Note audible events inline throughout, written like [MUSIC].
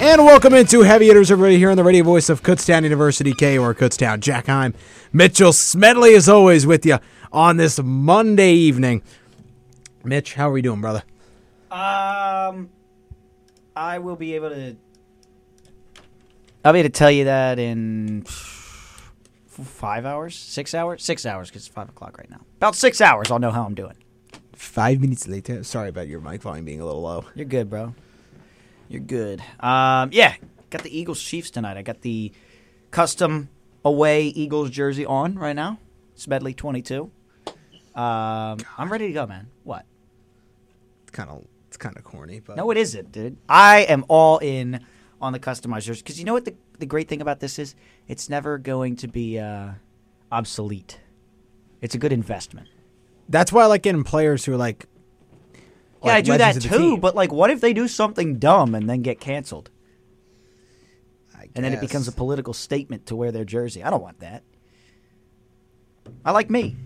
And welcome into Heavy Hitters, everybody, here on the radio voice of Kutztown University, KOR Kutztown. Jack Heim, Mitchell Smedley, as always, with you on this Monday evening. Mitch, how are we doing, brother? Um, I will be able to. I'll be able to tell you that in f- five hours, six hours, six hours, because it's five o'clock right now. About six hours, I'll know how I'm doing. Five minutes later. Sorry about your mic volume being a little low. You're good, bro. You're good. Um, yeah, got the Eagles Chiefs tonight. I got the custom away Eagles jersey on right now. Smedley 22. Um, I'm ready to go, man. What? It's kind of it's kind of corny, but No, it isn't, dude. I am all in on the customizers because you know what the, the great thing about this is? It's never going to be uh, obsolete. It's a good investment. that's why I like getting players who are like. yeah, I like do legends that of the too, team. but like, what if they do something dumb and then get canceled? I And then it becomes a guess. political statement to wear their jersey. I don't want that. I like me.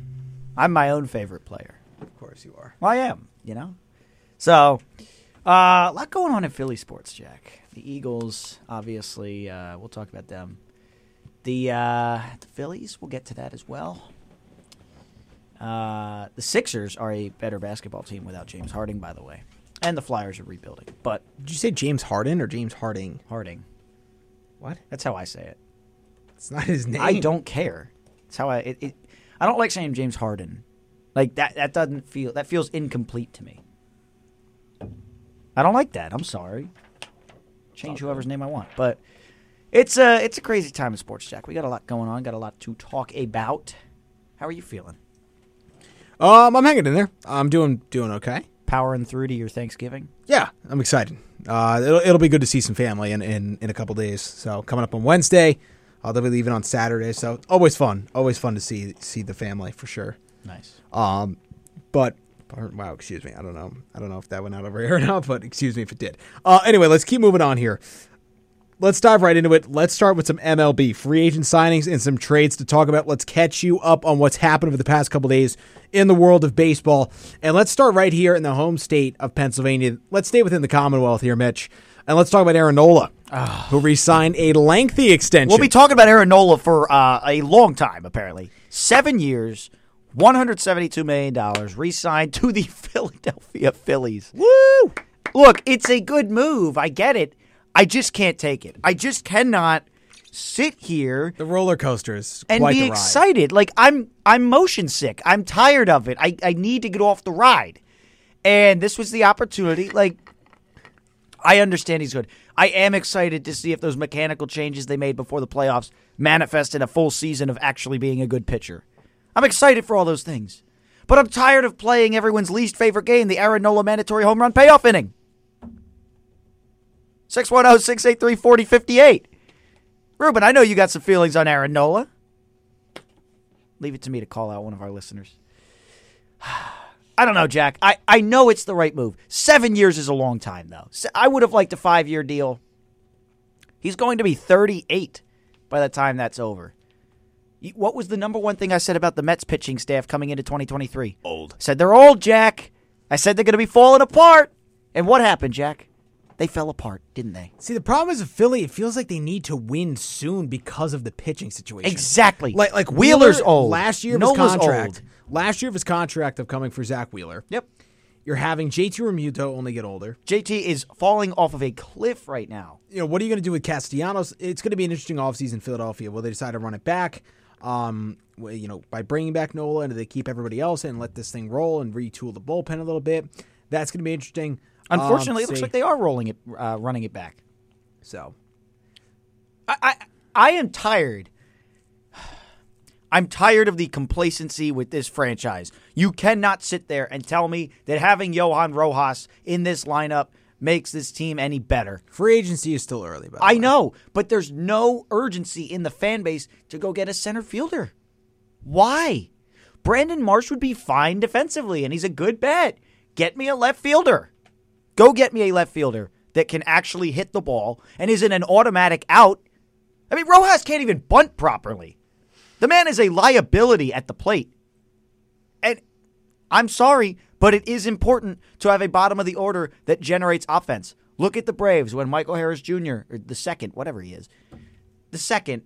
I'm my own favorite player. Of course, you are. Well, I am, you know? So, uh, a lot going on in Philly sports, Jack. The Eagles, obviously, uh, we'll talk about them. The, uh, the Phillies, we'll get to that as well. Uh, the Sixers are a better basketball team without James Harding, by the way. And the Flyers are rebuilding. But Did you say James Harden or James Harding? Harding, What? that's how I say it. It's not his name. I don't care. That's how I. It, it, I don't like saying James Harden. Like that. That doesn't feel. That feels incomplete to me. I don't like that. I'm sorry. Change whoever's name I want, but it's a it's a crazy time in sports, Jack. We got a lot going on. Got a lot to talk about. How are you feeling? Um, I'm hanging in there. I'm doing doing okay. Powering through to your Thanksgiving. Yeah, I'm excited. Uh, it'll, it'll be good to see some family in, in, in a couple days. So coming up on Wednesday, I'll be leaving on Saturday. So always fun, always fun to see see the family for sure. Nice. Um, but wow, excuse me. I don't know. I don't know if that went out over [LAUGHS] here or not, but excuse me if it did. Uh, anyway, let's keep moving on here. Let's dive right into it. Let's start with some MLB free agent signings and some trades to talk about. Let's catch you up on what's happened over the past couple days in the world of baseball. And let's start right here in the home state of Pennsylvania. Let's stay within the Commonwealth here, Mitch. And let's talk about Aaron Nola, who re signed a lengthy extension. Ah. We'll be talking about Aaron Nola for uh, a long time, apparently. Seven years, $172 million, re signed to the [LAUGHS] Philadelphia Phillies. Woo! Look, it's a good move. I get it. I just can't take it. I just cannot sit here the roller coaster is and quite be the ride. excited. Like I'm I'm motion sick. I'm tired of it. I, I need to get off the ride. And this was the opportunity. Like I understand he's good. I am excited to see if those mechanical changes they made before the playoffs manifest in a full season of actually being a good pitcher. I'm excited for all those things. But I'm tired of playing everyone's least favorite game, the Aaron Nola mandatory home run payoff inning. 610 683 4058. Ruben, I know you got some feelings on Aaron Nola. Leave it to me to call out one of our listeners. [SIGHS] I don't know, Jack. I, I know it's the right move. Seven years is a long time, though. Se- I would have liked a five year deal. He's going to be 38 by the time that's over. You- What was the number one thing I said about the Mets pitching staff coming into 2023? Old. I said they're old, Jack. I said they're going to be falling apart. And what happened, Jack? They fell apart, didn't they? See, the problem is with Philly. It feels like they need to win soon because of the pitching situation. Exactly. Like like Wheeler's Wheeler, old. Last year of his Nola's contract. old. Last year of his contract of coming for Zach Wheeler. Yep. You're having JT Remuto only get older. JT is falling off of a cliff right now. You know, what are you going to do with Castellanos? It's going to be an interesting offseason in Philadelphia. Will they decide to run it back? Um, well, you know, by bringing back Nola and do they keep everybody else and let this thing roll and retool the bullpen a little bit? That's going to be interesting. Um, Unfortunately, it looks see. like they are rolling it, uh, running it back. so. I, I, I am tired. [SIGHS] I'm tired of the complacency with this franchise. You cannot sit there and tell me that having Johan Rojas in this lineup makes this team any better. Free agency is still early, by the I way. know, but there's no urgency in the fan base to go get a center fielder. Why? Brandon Marsh would be fine defensively, and he's a good bet. Get me a left fielder. Go get me a left fielder that can actually hit the ball and isn't an automatic out. I mean, Rojas can't even bunt properly. The man is a liability at the plate. And I'm sorry, but it is important to have a bottom of the order that generates offense. Look at the Braves when Michael Harris Jr. or the second, whatever he is, the second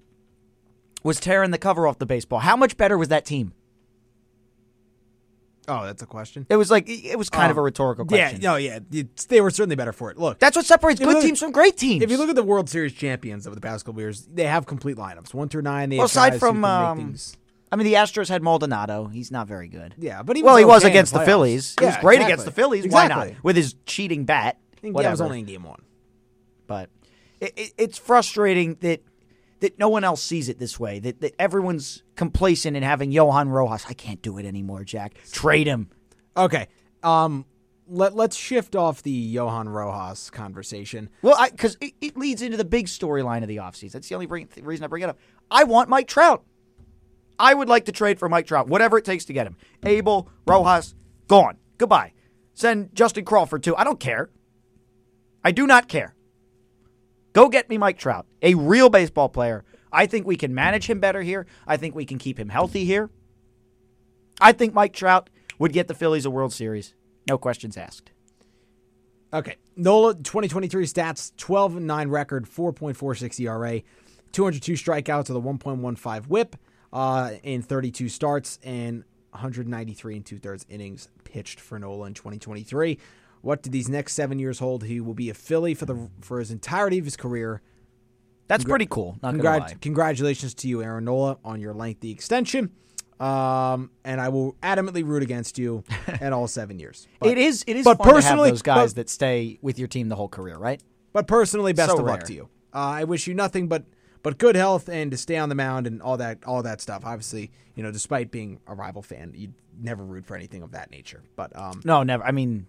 was tearing the cover off the baseball. How much better was that team? Oh, that's a question. It was like it was kind of a Um, rhetorical Yeah, question. no, yeah, it's- they were certainly better for it. Look, That's what separates If you good look at- teams from great teams. if you look at the World Series champions over the past couple years, they have complete lineups, one through nine. They Well, have aside guys from, who can um, make things. I mean, the Astros had Maldonado. He's not very good. Yeah, but he well, he was okay in against the, playoffs. Phillies. he was Yeah, great exactly. against the Phillies. Why Exactly. not? With his cheating bat. I think whatever. that was only in game one. but it, it, it's frustrating that that no one else sees it this way. That that everyone's complacent in having Johan Rojas. I can't do it anymore, Jack. Trade him. Okay. Um let let's shift off the Johan Rojas conversation. Well, because it, it leads into the big storyline of the offseason. That's the only bring, th- reason I bring it up. I want Mike Trout. I would like to trade for Mike Trout, whatever it takes to get him. Abel, Rojas, gone. Goodbye. Send Justin Crawford too. I don't care. I do not care. Go get me Mike Trout, a real baseball player. I think we can manage him better here. I think we can keep him healthy here. I think Mike Trout would get the Phillies a World Series. No questions asked. Okay. Nola 2023 stats 12 and 9 record, 4.46 ERA, 202 strikeouts with a 1.15 whip uh, in 32 starts and 193 and two thirds innings pitched for Nola in 2023. What do these next seven years hold? He will be a Philly for the for his entirety of his career. That's pretty cool. Not gonna lie. Congrat- congratulations to you, Aaron Nola, on your lengthy extension. Um, and I will adamantly root against [LAUGHS] you at all seven years. But, it is. It is. but fun to personally- have those guys but- that stay with your team the whole career, right? but personally, best So of luck rare. to you. Uh, I wish you nothing but but good health and to stay on the mound and all that all that stuff. Obviously, you know, despite being a rival fan, you'd never root for anything of that nature. But um, No, never. I mean,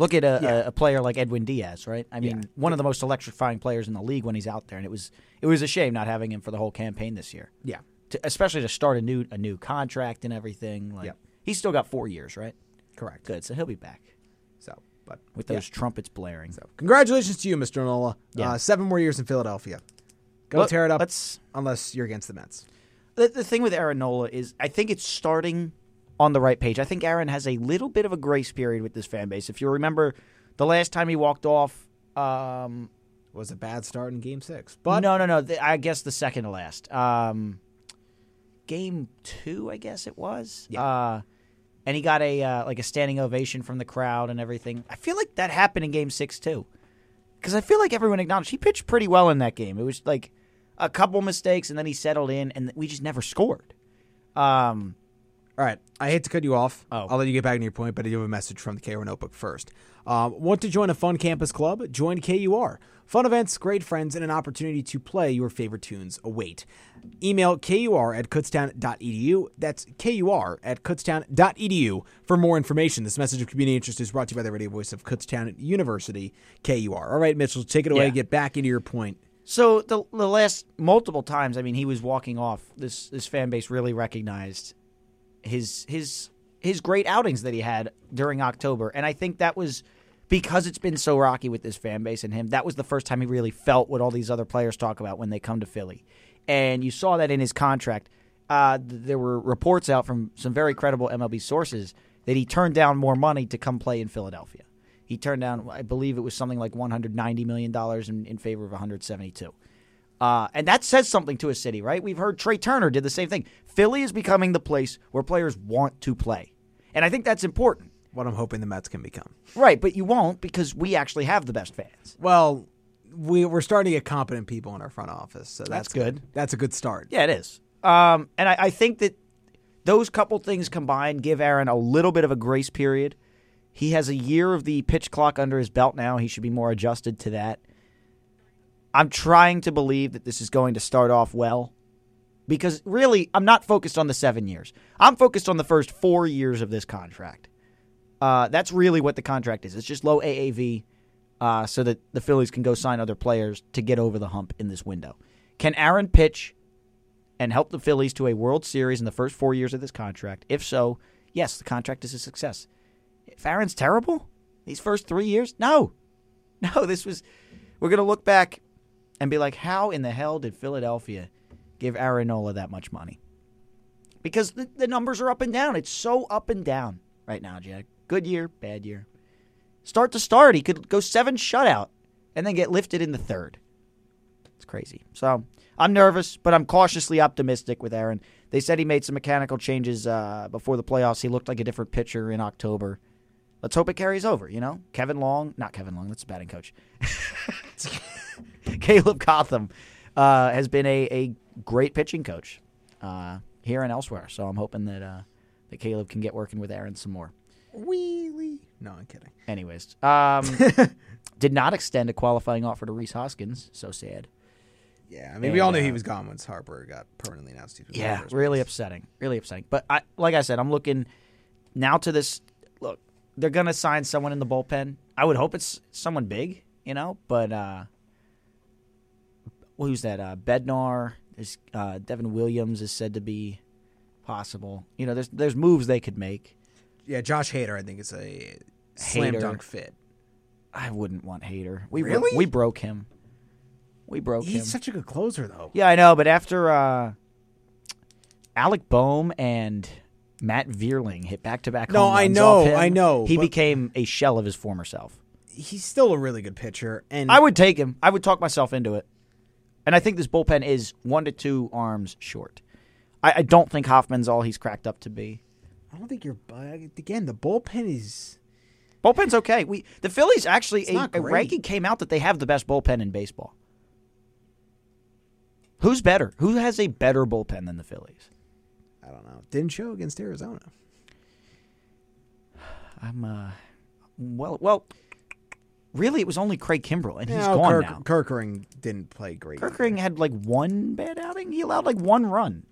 look at a, Yeah. a, a player like Edwin Diaz, right? I mean, one of the most electrifying players in the league when he's out there, and it was it was a shame not having him for the whole campaign this year, yeah, to, especially to start a new a new contract and everything. Like Yep. he's still got four years, right? correct. Good, so he'll be back So, but with yeah. those trumpets blaring. So, congratulations to you, Mr. Nola. Yeah. Uh, seven more years in Philadelphia. Go Look, tear it up. let's- unless you're against the Mets. the, the thing with Aaron Nola is I think it's starting on the right page. I think Aaron has a little bit of a grace period with this fan base. If you remember, the last time he walked off. Um, was a bad start in game six. But no, no, no. The, I guess the second to last. Um, game two, I guess it was. Yeah. Uh, and he got a uh, like a standing ovation from the crowd and everything. I feel like that happened in game six too, because I feel like everyone acknowledged he pitched pretty well in that game. It was like a couple mistakes and then he settled in, and we just never scored. Um, all right. I hate to cut you off. Oh. I'll let you get back to your point, but I do have a message from the KUR Notebook first. Um, want to join a fun campus club? Join KUR. Fun events, great friends, and an opportunity to play your favorite tunes await. Email KUR at kutztown.edu. That's KUR at kutztown.edu for more information. This message of community interest is brought to you by the radio voice of Kutztown University, KUR. All right, Mitchell, take it away. Yeah. Get back into your point. So the the last multiple times, I mean, he was walking off. This this fan base really recognized his his his great outings that he had during October, and I think that was because it's been so rocky with this fan base and him. That was the first time he really felt what all these other players talk about when they come to Philly, and you saw that in his contract. Uh, th- there were reports out from some very credible MLB sources that he turned down more money to come play in Philadelphia. He turned down, I believe it was something like $190 million in, in favor of 172. Uh, and that says something to a city, right? We've heard Trey Turner did the same thing. Philly is becoming the place where players want to play. And I think that's important. What I'm hoping the Mets can become. Right, but you won't because we actually have the best fans. Well, we we're starting to get competent people in our front office, so that's, That's good. That's a good start. Yeah, it is. Um, and I, I think that those couple things combined give Aaron a little bit of a grace period. He has a year of the pitch clock under his belt now. He should be more adjusted to that. I'm trying to believe that this is going to start off well because really, I'm not focused on the seven years. I'm focused on the first four years of this contract. Uh, that's really what the contract is. It's just low AAV uh, so that the Phillies can go sign other players to get over the hump in this window. Can Aaron pitch and help the Phillies to a World Series in the first four years of this contract? If so, yes, the contract is a success. If Aaron's terrible these first three years, no. [LAUGHS] No, this was. We're going to look back and be like, how in the hell did Philadelphia give Aaron Nola that much money? Because the, the numbers are up and down. It's so up and down right now, Jack. Good year, bad year. Start to start, he could go seven shutout and then get lifted in the third. It's crazy. So I'm nervous, but I'm cautiously optimistic with Aaron. They said he made some mechanical changes uh, before the playoffs. He looked like a different pitcher in October. Let's hope it carries over, you know? Kevin Long, not Kevin Long, that's a batting coach. [LAUGHS] Caleb Gotham uh, has been a, a great pitching coach uh, here and elsewhere. So I'm hoping that, uh, that Caleb can get working with Aaron some more. Wheelie. No, I'm kidding. Anyways, um, did not extend a qualifying offer to Reese Hoskins. So sad. Yeah, I mean, we all knew he was gone once Harper got permanently announced. He was Yeah, gone. really upsetting. Really upsetting. But I, like I said, I'm looking now to this. Look, they're gonna sign someone in the bullpen. I would hope it's someone big, you know. But uh who's that? Uh Bednar. There's uh, Devin Williams is said to be possible. You know, there's there's moves they could make. Yeah, Josh Hader, I think, is a slam Hader. dunk fit. I wouldn't want Hater. We bro- Really? we broke him. We broke him. He's such a good closer, though. Yeah, I know, but after uh, Alec Boehm and Matt Vierling hit back to back No, home I runs know, off him, I know, He but- became a shell of his former self. He's still a really good pitcher, and I would take him. I would talk myself into it. And I think this bullpen is one to two arms short. I, I don't think Hoffman's all he's cracked up to be. I don't think you're. bu- Again, the bullpen is. Bullpen's okay. We the Phillies actually a, not a great. ranking came out that they have the best bullpen in baseball. Who's better? Who has a better bullpen than the Phillies? I don't know. Didn't show against Arizona. I'm uh well well really it was only Craig Kimbrell and he's No, gone Kirk- now. Kirkering didn't play great. either. Kirkering had like one bad outing. He allowed like one run.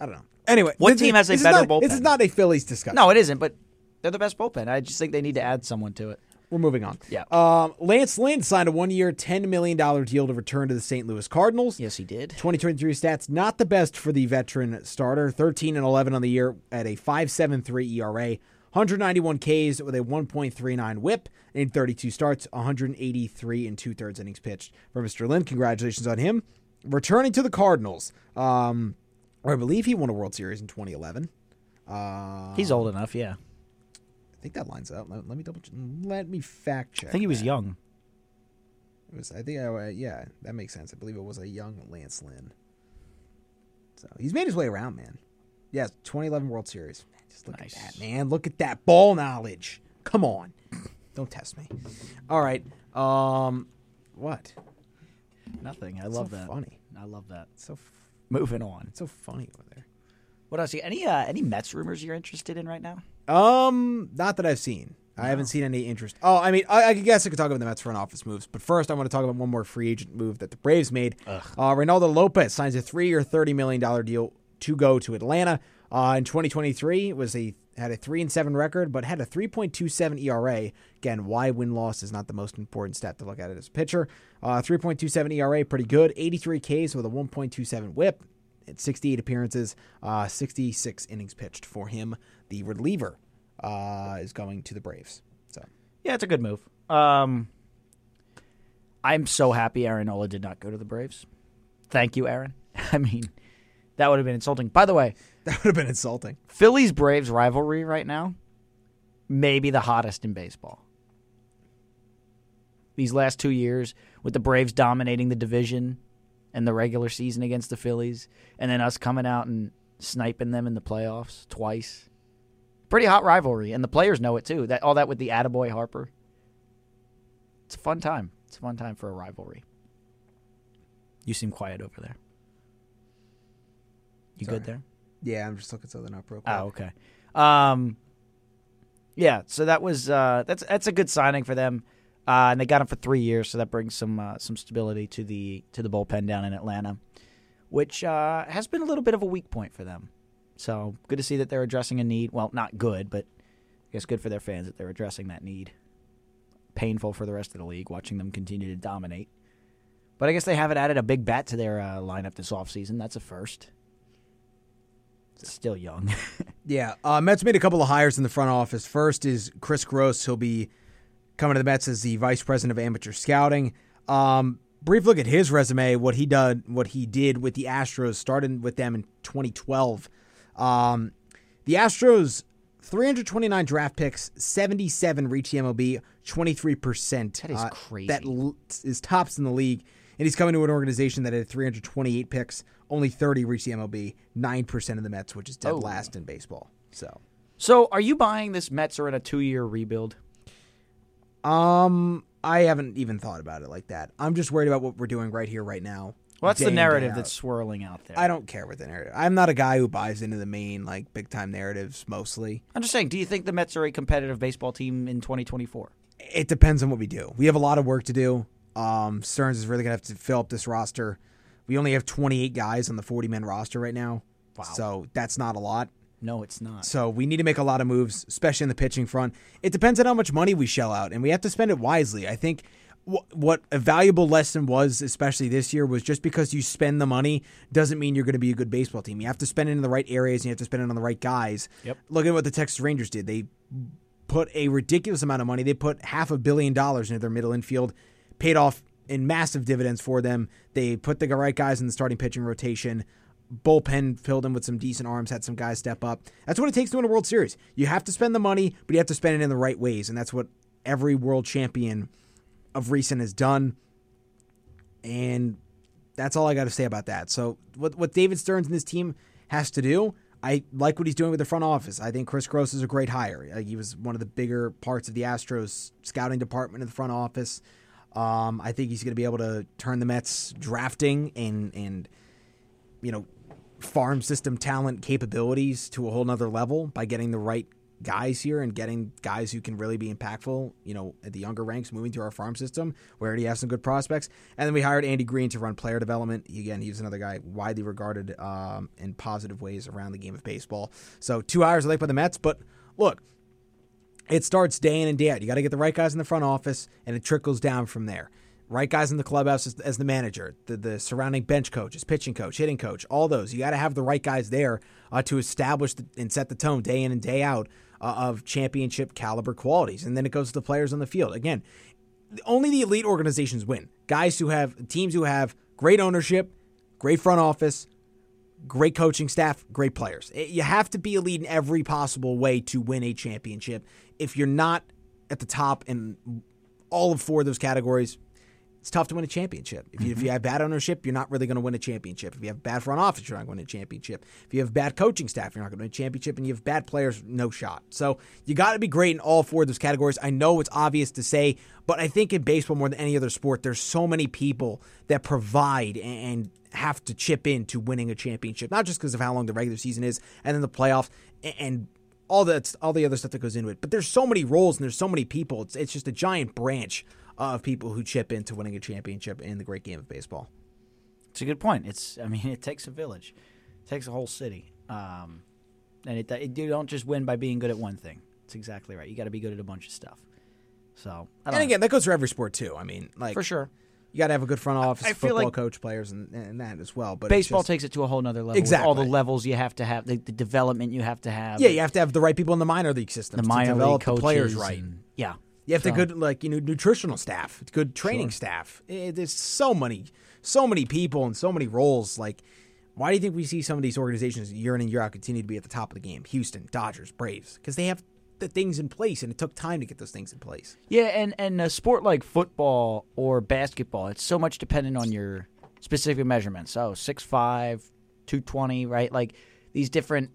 I don't know. Anyway, What this team is- has a this is better not- This bullpen? is not a Phillies discussion. No, it isn't, but they're the best bullpen. I just think they need to add someone to it. We're moving on. Yeah. Um, Lance Lynn signed a one-year, ten million dollar deal to return to the St. Louis Cardinals. Yes, he did. 2023 stats not the best for the veteran starter. 13 and 11 on the year at a 5.73 ERA, 191 Ks with a 1.39 WHIP in 32 starts, 183 and two thirds innings pitched for Mr. Lynn. Congratulations on him returning to the Cardinals. Um, I believe he won a World Series in 2011. Uh, He's old enough, yeah. I think that lines up. Let, let me double. ch- Let me fact check. I think he was young. It was, I think, I, uh, yeah, that makes sense. I believe it was a young Lance Lynn. So he's made his way around, man. Yes, 2011 World Series. Man, just look Nice. at that, man. Look at that ball knowledge. Come on, don't test me. All right, um, what? Nothing. I love that. funny. I love that. It's so f- Moving on. it's so funny over there. What else? you- Any uh, any Mets rumors you're interested in right now? Um, not that I've seen. I haven't seen any interest. Oh, I mean, I, I guess I could talk about the Mets front office moves, but first I want to talk about one more free agent move that the Braves made. Uh, Ronaldo Lopez signs a three-year, thirty million dollar deal to go to Atlanta. Uh, in 2023, it was a had a three and seven record, but had a 3.27 ERA. E Again, why win loss is not the most important stat to look at it as a pitcher. Uh, 3.27 ERA, pretty good. 83 Ks with a 1.27 WHIP at 68 appearances, uh, 66 innings pitched for him. The reliever uh, is going to the Braves. So [LAUGHS] Yeah, it's a good move. Um, I'm so happy Aaron Nola did not go to the Braves. Thank you, Aaron. [LAUGHS] I mean, that would have been insulting. By the way, that would have been insulting. Phillies Braves rivalry right now, maybe the hottest in baseball. These last two years, with the Braves dominating the division and the regular season against the Phillies, and then us coming out and sniping them in the playoffs twice. Pretty hot rivalry, and the players know it too. That all that with the Attaboy Harper. It's a fun time. It's a fun time for a rivalry. You seem quiet over there. You Sorry. good there? Yeah, I'm just looking something up real quick. Oh, okay. Um, yeah. So that was uh, that's that's a good signing for them, uh, and they got him for three years. So that brings some uh, some stability to the to the bullpen down in Atlanta, which uh, has been a little bit of a weak point for them. So good to see that they're addressing a need. Well, not good, but I guess good for their fans that they're addressing that need. Painful for the rest of the league watching them continue to dominate. But I guess they haven't added a big bat to their uh, lineup this offseason. That's a first. Still young. [LAUGHS] Yeah, uh, Mets made a couple of hires in the front office. First is Chris Gross. He'll be coming to the Mets as the vice president of amateur scouting. Um, brief look at his resume. What he did, what he did with the Astros, started with them in 2012. Um, the Astros 329 draft picks, 77 reach E the MLB, 23%. That is Uh, crazy. That l- is tops in the league. And he's coming to an organization that had 328 picks, only 30 reached the MLB, 9% of the Mets, which is dead Oh. last in baseball. So, So, are you buying this Mets are in a two-year rebuild? um, I haven't even thought about it like that. I'm just worried about what we're doing right here, right now. Well, that's Day the in, day narrative out. that's swirling out there. I don't care what the narrative. I'm not a guy who buys into the main like big time narratives mostly. I'm just saying, do you think the Mets are a competitive baseball team in 2024? It depends on what we do. We have a lot of work to do. Um, Stearns is really gonna have to fill up this roster. We only have 28 guys on the 40 man roster right now, Wow. so that's not a lot. No, it's not. So we need to make a lot of moves, especially in the pitching front. It depends on how much money we shell out, and we have to spend it wisely. I think wh- what a valuable lesson was, especially this year, was just because you spend the money doesn't mean you're going to be a good baseball team. You have to spend it in the right areas, and you have to spend it on the right guys. Yep. Look at what the Texas Rangers did. They put a ridiculous amount of money. They put half a billion dollars into their middle infield, paid off in massive dividends for them. They put the right guys in the starting pitching rotation. Bullpen filled in with some decent arms, had some guys step up. That's what it takes to win a World Series. You have to spend the money, but you have to spend it in the right ways. And that's what every world champion of recent has done. And that's all I got to say about that. So what what David Stearns and this team has to do, I like what he's doing with the front office. I think Chris Gross is a great hire. Like, he was one of the bigger parts of the Astros scouting department in the front office. Um, I think he's going to be able to turn the Mets drafting and and you know farm system talent capabilities to a whole nother level by getting the right guys here and getting guys who can really be impactful, you know, at the younger ranks moving through our farm system. We already have some good prospects. And then we hired Andy Green to run player development. Again, he was another guy widely regarded um, in positive ways around the game of baseball. So two hours late by the Mets, but look, it starts day in and day out. You got to get the right guys in the front office, and it trickles down from there. Right guys in the clubhouse as, as the manager, the, the surrounding bench coaches, pitching coach, hitting coach, all those. You got to have the right guys there uh, to establish the, and set the tone day in and day out uh, of championship caliber qualities. And then it goes to the players on the field. Again, only the elite organizations win. Guys who have teams who have great ownership, great front office, great coaching staff, great players. It- You have to be elite in every possible way to win a championship. If you're not at the top in all of four of those categories, it's tough to win a championship. If you, if you have bad ownership, you're not really going to win a championship. If you have bad front office, you're not going to win a championship. If you have bad coaching staff, you're not going to win a championship. And you have bad players, no shot. So you got to be great in all four of those categories. I know it's obvious to say, but I think in baseball more than any other sport, there's so many people that provide and have to chip in to winning a championship, not just because of how long the regular season is and then the playoffs and- and all that all the other stuff that goes into it. But there's so many roles and there's so many people. It's it's just a giant branch of people who chip into winning a championship in the great game of baseball. It's a good point. It's I mean, it takes a village, it takes a whole city, um, and it, it you don't just win by being good at one thing. It's exactly right. You got to be good at a bunch of stuff. So I don't And know. again, that goes for every sport too. I mean, like for sure, you got to have a good front office, I feel football like- coach, players, and, and that as well. But it's baseball just- takes it to a whole nother level. with all the Exactly. levels you have to have, the, the development you have to have. yeah, you have to have the right people in the minor league system the to minor develop league coaches, the players right. and- yeah, You have to So- good like you know nutritional staff, good training staff. Eh, there's so many, so many people and so many roles. Like, why do you think we see some of these organizations year in and year out continue to be at the top of the game? Houston, Dodgers, Braves, because they have the things in place, and it took time to get those things in place. Yeah, and and a sport like football or basketball, it's so much dependent on your specific measurements. Oh, So 6'5", 220, right? Like these different,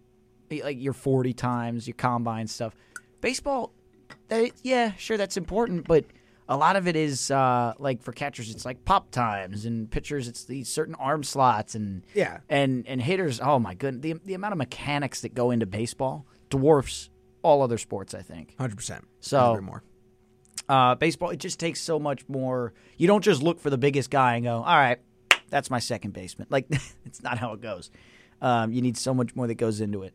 like your forty times, your combine stuff. Baseball, they, yeah, sure, that's important, but a lot of it is uh, like for catchers, it's like pop times, and pitchers, it's these certain arm slots, and Yeah. and and hitters. Oh my goodness, the the amount of mechanics that go into baseball dwarfs all other sports. I think. Hundred percent. So- more. Uh, baseball, it just takes so much more. You don't just look for the biggest guy and go, all right, that's my second baseman. [LAUGHS] Like, it's not how it goes. Um, you need so much more that goes into it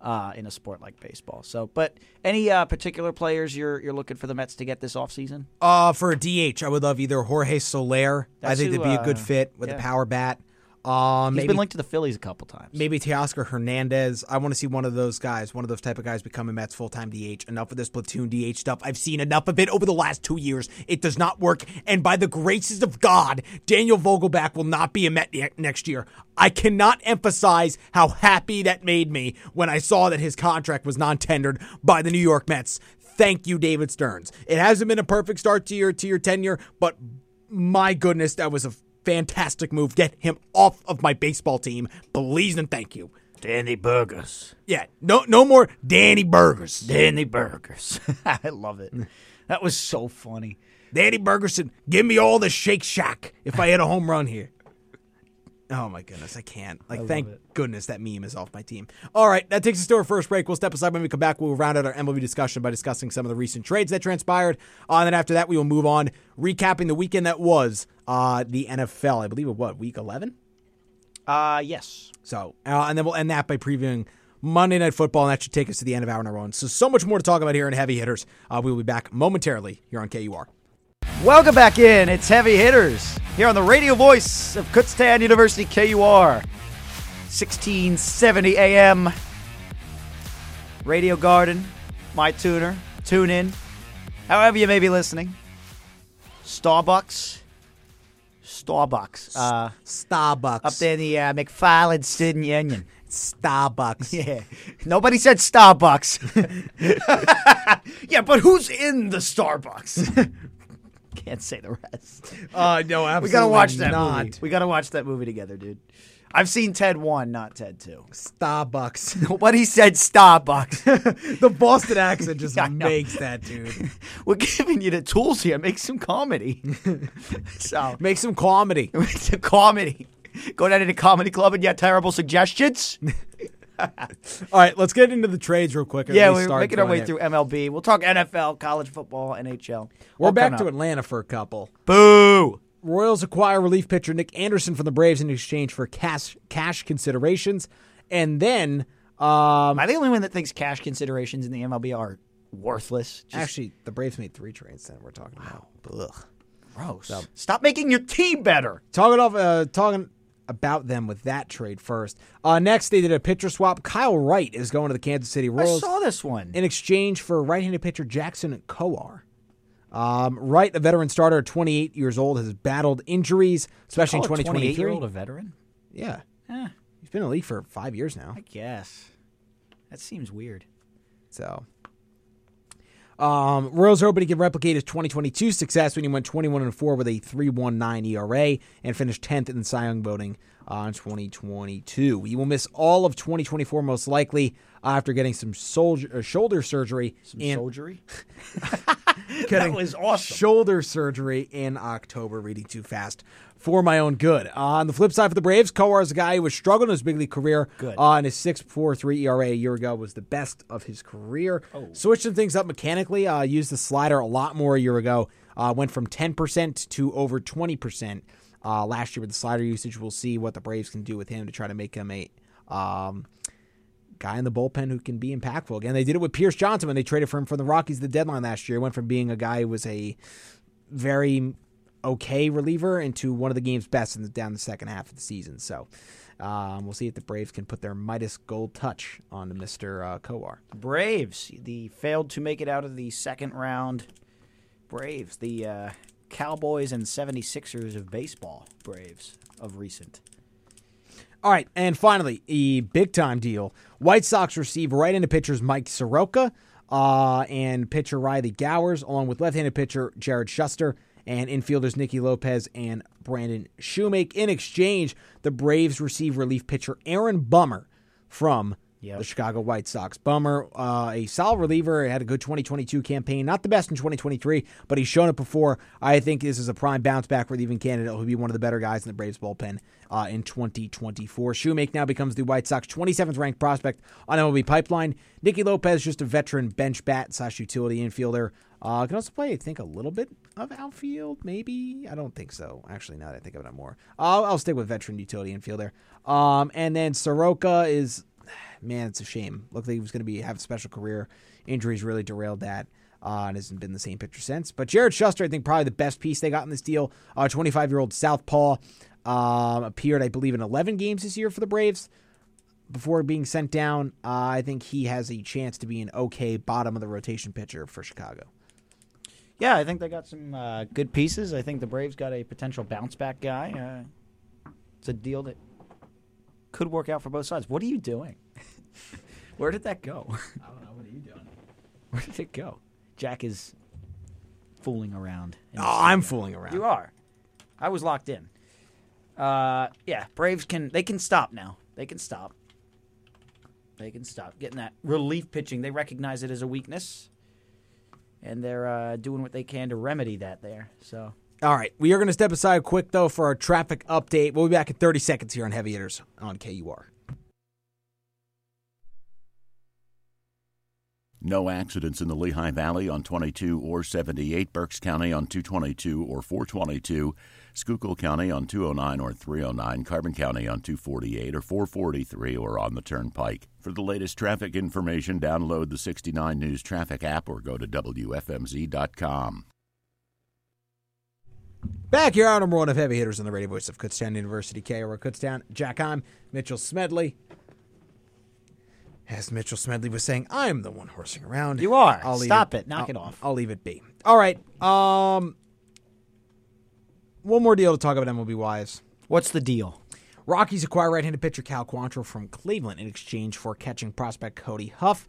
uh, in a sport like baseball. So, but any uh, particular players you're you're looking for the Mets to get this offseason? Uh, for a DH, I would love either Jorge Soler. I That's think who, that'd be a good uh, fit with a yeah. power bat. Um, He's maybe been linked to the Phillies a couple times. maybe Teoscar Hernandez. I want to see one of those guys, one of those type of guys become a Mets full time DH. Enough of this platoon DH stuff. I've seen enough of it over the last two years. It does not work. And by the graces of God, Daniel Vogelback will not be a Met ne- next year. I cannot emphasize how happy that made me when I saw that his contract was non tendered by the New York Mets. Thank you, David Stearns. It hasn't been a perfect start to your to your tenure, but my goodness, that was a fantastic move. Get him off of my baseball team, please and thank you. Danny Burgers. Yeah, no, no more Danny Burgers. Danny Burgers. [LAUGHS] I love [LAUGHS] it. That was so funny. Danny Burgerson, give me all the Shake Shack if I hit a home run here. Oh my goodness, I can't. Like, thank goodness that meme is off my team. All right, that takes us to our first break. We'll step aside when we come back. We'll round out our MLB discussion by discussing some of the recent trades that transpired. Uh, and then after that, we will move on, recapping the weekend that was uh, the NFL. I believe it what week eleven. Uh yes. So, uh, and then we'll end that by previewing Monday Night Football, and that should take us to the end of hour number one. So, so much more to talk about here in Heavy Hitters. Uh, we will be back momentarily here on KUR. Welcome back in. It's Heavy Hitters here on the radio voice of Kutztown University KUR. 1670 AM. Radio Garden, My Tuner, Tune In, however you may be listening. Starbucks. Starbucks. Uh, Starbucks. up there in the uh, McFarland Student Union. Starbucks. [LAUGHS] Yeah. Nobody said Starbucks. [LAUGHS] yeah, but who's in the Starbucks? [LAUGHS] Can't say the rest. Uh, no, absolutely We gotta watch that not. movie. We gotta watch that movie together, dude. I've seen Ted one, not Ted [LAUGHS] two. Starbucks. [LAUGHS] Nobody said Starbucks. [LAUGHS] the Boston accent just Yeah, I know. makes that dude. We're giving you the tools here. Make some comedy. [LAUGHS] so Make some comedy. to comedy. Go down to the comedy club and get terrible [LAUGHS] suggestions. All right, let's get into the trades real quick. or at Yeah, least we're start making our doing way it. through MLB. We'll talk NFL, college football, NHL. We're back to Atlanta for a couple. Boo! Royals acquire relief pitcher Nick Anderson from the Braves in exchange for cash cash considerations, and then um, Am I the only one that thinks cash considerations in the MLB are worthless? Just Actually, the Braves made three trades. Then we're talking about. Ugh. gross. Stop making your team better. Talking off, uh, talking about them with that trade first. Uh, next, they did a pitcher swap. Kyle Wright is going to the Kansas City I Royals saw this one. in exchange for right-handed pitcher Jackson Coar. Um, Wright, a veteran starter, at 28 years old, has battled injuries, especially in Call a 2023. Oh, old a veteran? yeah, Eh, he's been in the league for five years now. I guess. That seems weird. So, um, Royals are hoping he can replicate his 2022 success when he went 21 and 4 with a 3.19 ERA E and finished 10th in the Cy Young voting uh, in 2022. He will miss all of 2024 most likely after getting some soldier, uh, shoulder surgery in [LAUGHS] Soldiery? getting That was awesome. shoulder surgery in October. Reading too fast for my own good. on the flip side for the Braves, Kowar is a guy who was struggling in his big league career. Good. Uh, and his 6.43 ERA E a year ago was the best of his career. Oh. Switching things up mechanically, uh, used the slider a lot more a year ago. Uh, went from 10% to over 20% uh, last year with the slider usage. We'll see what the Braves can do with him to try to make him a. Um, guy in the bullpen who can be impactful. Again, they did it with Pierce Johnson when they traded for him from the Rockies at the deadline last year. He went from being a guy who was a very okay reliever into one of the game's best in the, down the second half of the season. So um, we'll see if the Braves can put their Midas gold touch on Mr. Uh, Kowar. Braves, the failed to make it out of the second round. Braves, the uh, Cowboys and 76ers of baseball. Braves of recent. All right, and finally, a big time deal. White Sox receive right handed pitchers Mike Soroka uh, and pitcher Riley Gowers, along with left handed pitcher Jared Shuster and infielders Nicky Lopez and Brandon Shoemake. In exchange, the Braves receive relief pitcher Aaron Bummer from Yep. the Chicago White Sox. Bummer, uh, a solid reliever, had a good 2022 campaign. Not the best in 2023, but he's shown it before. I think this is a prime bounce back relieving candidate who'll be one of the better guys in the Braves bullpen uh, in 2024. Shoemake now becomes the White Sox 27th ranked prospect on MLB Pipeline. Nicky Lopez, just a veteran bench bat slash utility infielder. Uh, can also play, I think, a little bit of outfield, maybe. I don't think so. Actually, now that I think of it more, I'll, I'll stick with veteran utility infielder. Um, and then Soroka is man, it's a shame. Looked like he was going to be have a special career. Injuries really derailed that. Uh, and hasn't been the same pitcher since. But Jared Shuster, I think, probably the best piece they got in this deal. Uh, 25 year old Southpaw Um, appeared, I believe, in 11 games this year for the Braves. Before being sent down, uh, I think he has a chance to be an okay bottom of the rotation pitcher for Chicago. Yeah, I think they got some uh, good pieces. I think the Braves got a potential bounce back guy. Uh, it's a deal that could work out for both sides. What are you doing? [LAUGHS] Where did that go? I [LAUGHS] don't know. What are you doing? Where did it go? Jack is fooling around. in the Oh, I'm fooling around. You are. I was locked in. Uh, yeah, Braves can they can stop now. They can stop. They can stop getting that relief pitching. They recognize it as a weakness, and they're uh, doing what they can to remedy that. There, so All right, we are going to step aside quick though for our traffic update. We'll be back in 30 seconds here on Heavy Hitters on KUR. No accidents in the Lehigh Valley on 22 or 78, Berks County on 222 or 422, Schuylkill County on 209 or 309, Carbon County on 248 or 443 or on the Turnpike. For the latest traffic information, download the 69 News Traffic app or go to WFMZ.com. Back here on number one of Heavy Hitters on the radio voice of Kutztown University, KUR Kutztown. Jack I'm Mitchell Smedley. As Mitchell Smedley was saying, I'm the one horsing around. You are. leave Stop it. Knock I'll- it off. I'll leave it be. All right. Um, one more deal to talk about MLB wise. what's the deal? Rockies acquire right-handed pitcher Cal Quantrill from Cleveland in exchange for catching prospect Cody Huff.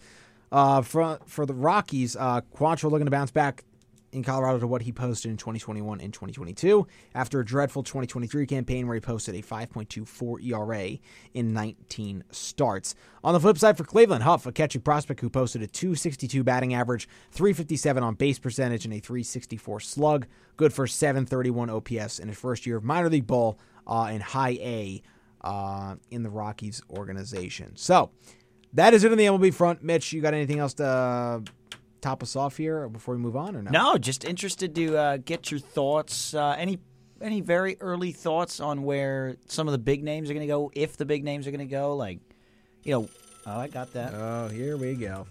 Uh, for for the Rockies, uh, Quantrill looking to bounce back in Colorado to what he posted in 2021 and 2022 after a dreadful 2023 campaign where he posted a 5.24 ERA E in 19 starts. On the flip side for Cleveland, Huff, a catching prospect who posted a 262 batting average, 357 on base percentage, and a 364 slug, good for 731 OPS in his first year of minor league ball uh, in high A uh, in the Rockies organization. So that is it on the MLB front. Mitch, you got anything else to uh, top us off here before we move on or no? No, just interested to uh, get your thoughts. Uh, any any very early thoughts on where some of the big names are going to go? If the big names are going to go, like you know, oh, I got that. Uh, Oh, here we go.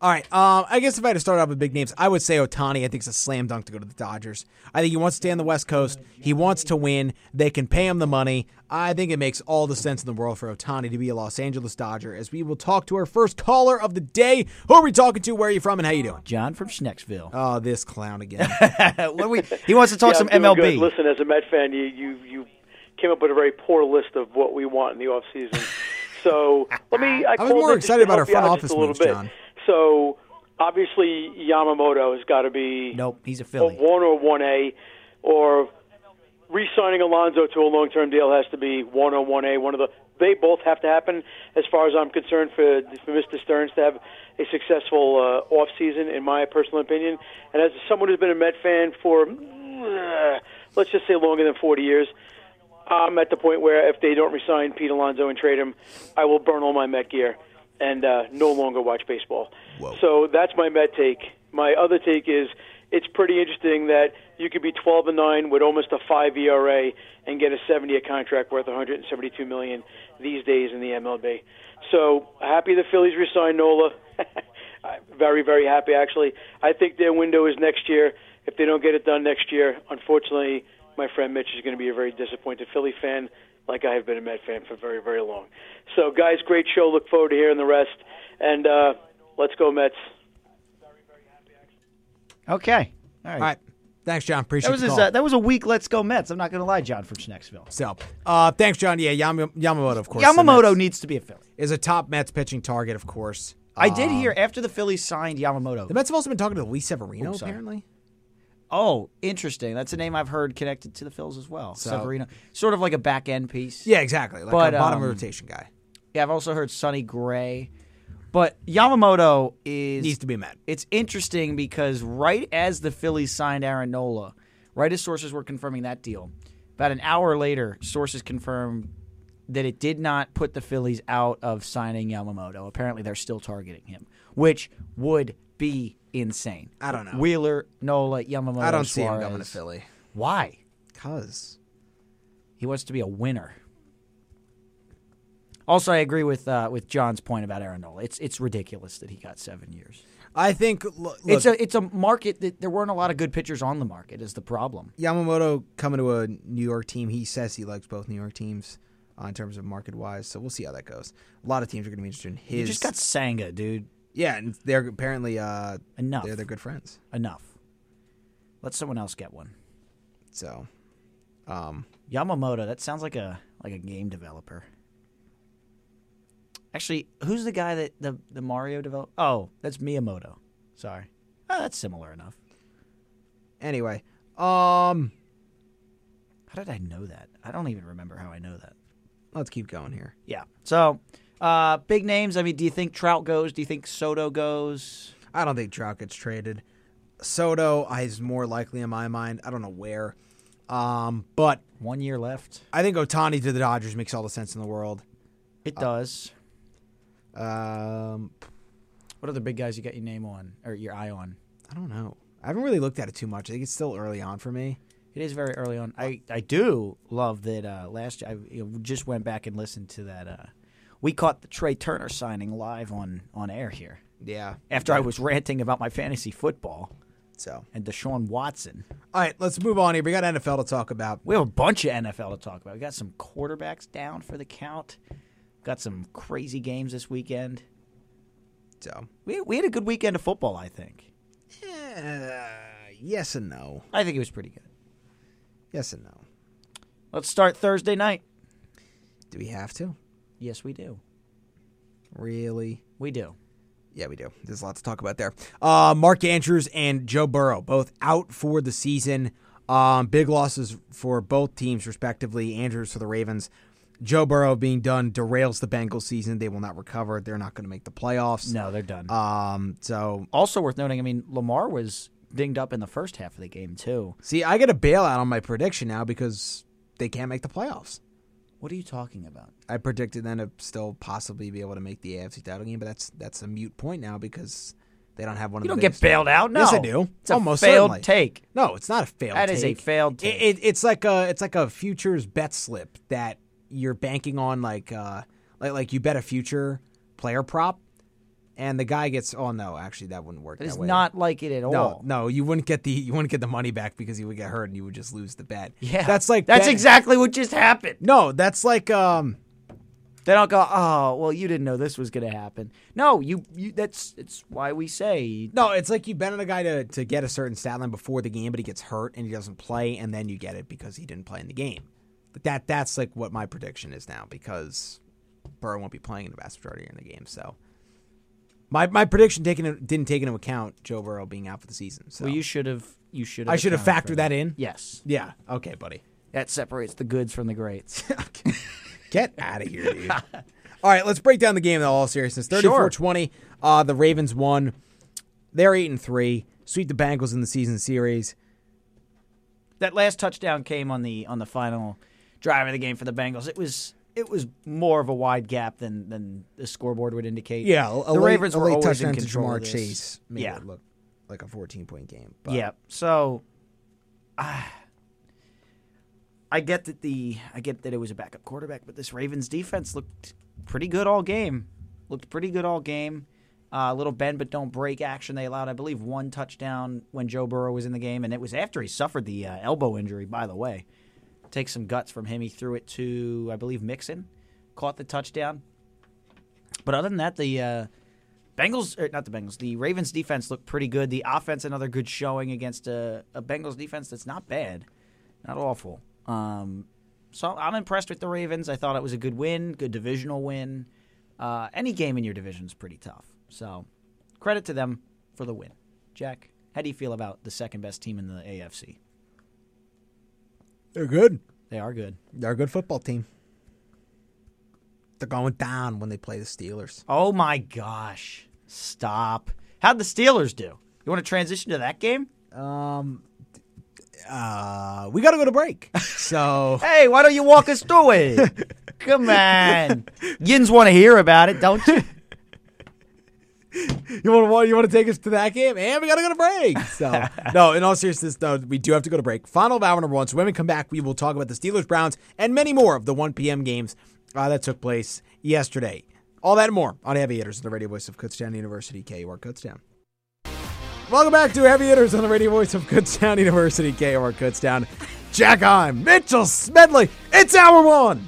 All right. Um, I guess if I had to start out with big names, I would say Otani. I think it's a slam dunk to go to the Dodgers. I think he wants to stay on the West Coast. He wants to win. They can pay him the money. I think it makes all the sense in the world for Otani to be a Los Angeles Dodger. As we will talk to our first caller of the day. Who are we talking to? Where are you from? And how you doing? John from Schnecksville. Oh, this clown again. [LAUGHS] what are we, he wants to talk Yeah, some I'm MLB. doing Good. Listen, as a Met fan, you, you you came up with a very poor list of what we want in the off season. [LAUGHS] so let me. I, was called more in just excited to about our help you out front just office a little moves, bit. John. So obviously Yamamoto has got to be Nope, he's a a Philly. one or one A, or re-signing Alonzo to a long-term deal has to be one or one A. One of the they both have to happen, as far as I'm concerned, for, for Mr. Stearns to have a successful uh, off season, in my personal opinion. And as someone who's been a Met fan for uh, let's just say longer than 40 years, I'm at the point where if they don't resign Pete Alonso and trade him, I will burn all my Met gear and uh, no longer watch baseball. So that's my Met take. My other take is it's pretty interesting that you could be 12 and 9 with almost a 5 ERA and get a 70 a contract worth 172 million these days in the MLB. So happy the Phillies resigned Nola. [LAUGHS] very very happy actually. I think their window is next year. If they don't get it done next year, unfortunately, my friend Mitch is going to be a very disappointed Philly fan, like I have been a Met fan for very, very long. So, guys, great show. Look forward to hearing the rest. And uh, let's go, Mets. Okay, all right. All right. Thanks, John. Appreciate That was the his, call. uh, that was a weak. Let's go Mets. I'm not going to lie, John from Schnecksville. so, uh, thanks, John. Yeah, Yam- Yamamoto, of course. the Yamamoto Mets needs to be a Philly. is a top Mets pitching target, of course. Uh, I did hear after the Phillies signed Yamamoto. The Mets have also been talking to Luis Severino, Oops, sorry. apparently. oh, interesting. That's a name I've heard connected to the Phils as well. So- Severino, sort of like a back end piece. Yeah, exactly. Like But, a bottom um, rotation guy Yeah, I've also heard Sonny Gray, but Yamamoto is needs to be met. it's interesting because right as the Phillies signed Aaron Nola, right as sources were confirming that deal, about an hour later, sources confirmed that it did not put the Phillies out of signing Yamamoto. Apparently, they're still targeting him, which would be insane. I don't know. Wheeler, Nola, Yamamoto. I don't see him going to Suarez. Philly. Why? Cause He wants to be a winner. Also, I agree with uh, with John's point about Aaron Nola. It's it's ridiculous that he got seven years. I think look, It's a it's a market that there weren't a lot of good pitchers on the market is the problem. Yamamoto coming to a New York team. He says he likes both New York teams uh, in terms of market wise. So we'll see how that goes. A lot of teams are going to be interested in his. You just got Sanga, dude. yeah, and they're apparently uh, Enough. They're they're good friends. Enough. Let someone else get one. So, um, Yamamoto. That sounds like a like a game developer. Actually, who's the guy that the the Mario develop? Oh, that's Miyamoto. Sorry. Oh, that's similar enough. anyway, um, How did I know that? I don't even remember how I know that. let's keep going here. Yeah. So, uh, big names. I mean, do you think Trout goes? Do you think Soto goes? I don't think Trout gets traded. Soto is more likely in my mind. I don't know where, um, but One year left. I think Otani to the Dodgers makes all the sense in the world. Uh, It does. Um, What other big guys you got your name on or your eye on? I don't know. I haven't really looked at it too much. I think it's still early on for me. It is very early on. I, I do love that uh, last I you know, just went back and listened to that. Uh, we caught the Trey Turner signing live on, on air here Yeah. after I was ranting about my fantasy football So, and Deshaun Watson. all right, let's move on here. We got NFL to talk about. We have a bunch of NFL to talk about. We got some quarterbacks down for the count. Got some crazy games this weekend. So, We, we had a good weekend of football, I think. eh, yes and no. I think it was pretty good. Yes and no. Let's start Thursday night. Do we have to? Yes, we do. Really? We do. Yeah, we do. There's a lot to talk about there. Uh, Mark Andrews and Joe Burrow both out for the season. Um, big losses for both teams, respectively. Andrews for the Ravens. Joe Burrow being done derails the Bengals season. They will not recover. They're not going to make the playoffs. No, they're done. Um, so also worth noting, I mean, Lamar was dinged up in the first half of the game too. See, I get a bailout on my prediction now because they can't make the playoffs. What are you talking about? I predicted them to still possibly be able to make the AFC title game, but that's that's a mute point now because they don't have one. You of don't the get biggest- bailed out. No, Yes, I do. It's a Almost failed certainly. take. No, it's not a failed. That take. is a failed take. It, it, it's like a it's like a futures bet slip that you're banking on, like uh, like like you bet a future player prop, and the guy gets. Oh no, actually that wouldn't work. That is way. not like it at No, all. no, you wouldn't get the you wouldn't get the money back because you would get hurt and you would just lose the bet. Yeah, that's like that's bet- exactly what just happened. No, that's like um Then I'll go. Oh, well, you didn't know this was going to happen. No, you, you. That's it's why we say no, it's like you bet on a guy to, to get a certain stat line before the game, but he gets hurt and he doesn't play, and then you get it because he didn't play in the game. But that that's like what my prediction is now because Burrow won't be playing in the vast majority in the game. So my my prediction taken didn't take into account Joe Burrow being out for the season. So well, you should have. You should. I should have accounted for factored that in. Yes, Yeah. Okay, buddy. that separates the goods from the greats. Get out of here, [LAUGHS] dude. all right, let's break down the game in all seriousness. 34 20. Uh, the Ravens won. They're 8 and 3. Sweep the Bengals in the season series. that last touchdown came on the on the final drive of the game for the Bengals. It was it was more of a wide gap than than the scoreboard would indicate. Yeah, a the late, Ravens a were late always touchdown in to control Jamar of this. Chase made Yeah, it look like a 14 point game. But yeah. So, I I get that the I get that it was a backup quarterback, but this Ravens defense looked pretty good all game. Looked pretty good all game. Uh, little bend but don't break action. They allowed, I believe, one touchdown when Joe Burrow was in the game, and it was after he suffered the uh, elbow injury. By the way, take some guts from him. He threw it to, I believe, Mixon, caught the touchdown. But other than that, the uh, Bengals, or not the Bengals, the Ravens defense looked pretty good. The offense, another good showing against a, a Bengals defense that's not bad, not awful. Um, so I'm impressed with the Ravens. I thought it was a good win, good divisional win. Uh, any game in your division is pretty tough. So credit to them for the win. Jack, how do you feel about the second best team in the AFC? they're good. They are good. They're a good football team. They're going down when they play the Steelers. Oh my gosh. Stop. How'd the Steelers do? You want to transition to that game? Um, uh, we got to go to break. [LAUGHS] So. Hey, why don't you walk us through it? Come on. Yins want to hear about it, don't you? You want to you want to take us to that game, and we gotta go to break. So no, in all seriousness, though, we do have to go to break. Final of hour number one. So when we come back, we will talk about the Steelers, Browns, and many more of the 1 p.m. games uh, that took place yesterday. All that and more on Heavy Hitters, the radio voice of Kutztown University, KUR Kutztown. Welcome back to Heavy Hitters on the radio voice of Goodstown University, KR Goodstown. Jack I'm Mitchell Smedley. It's hour one.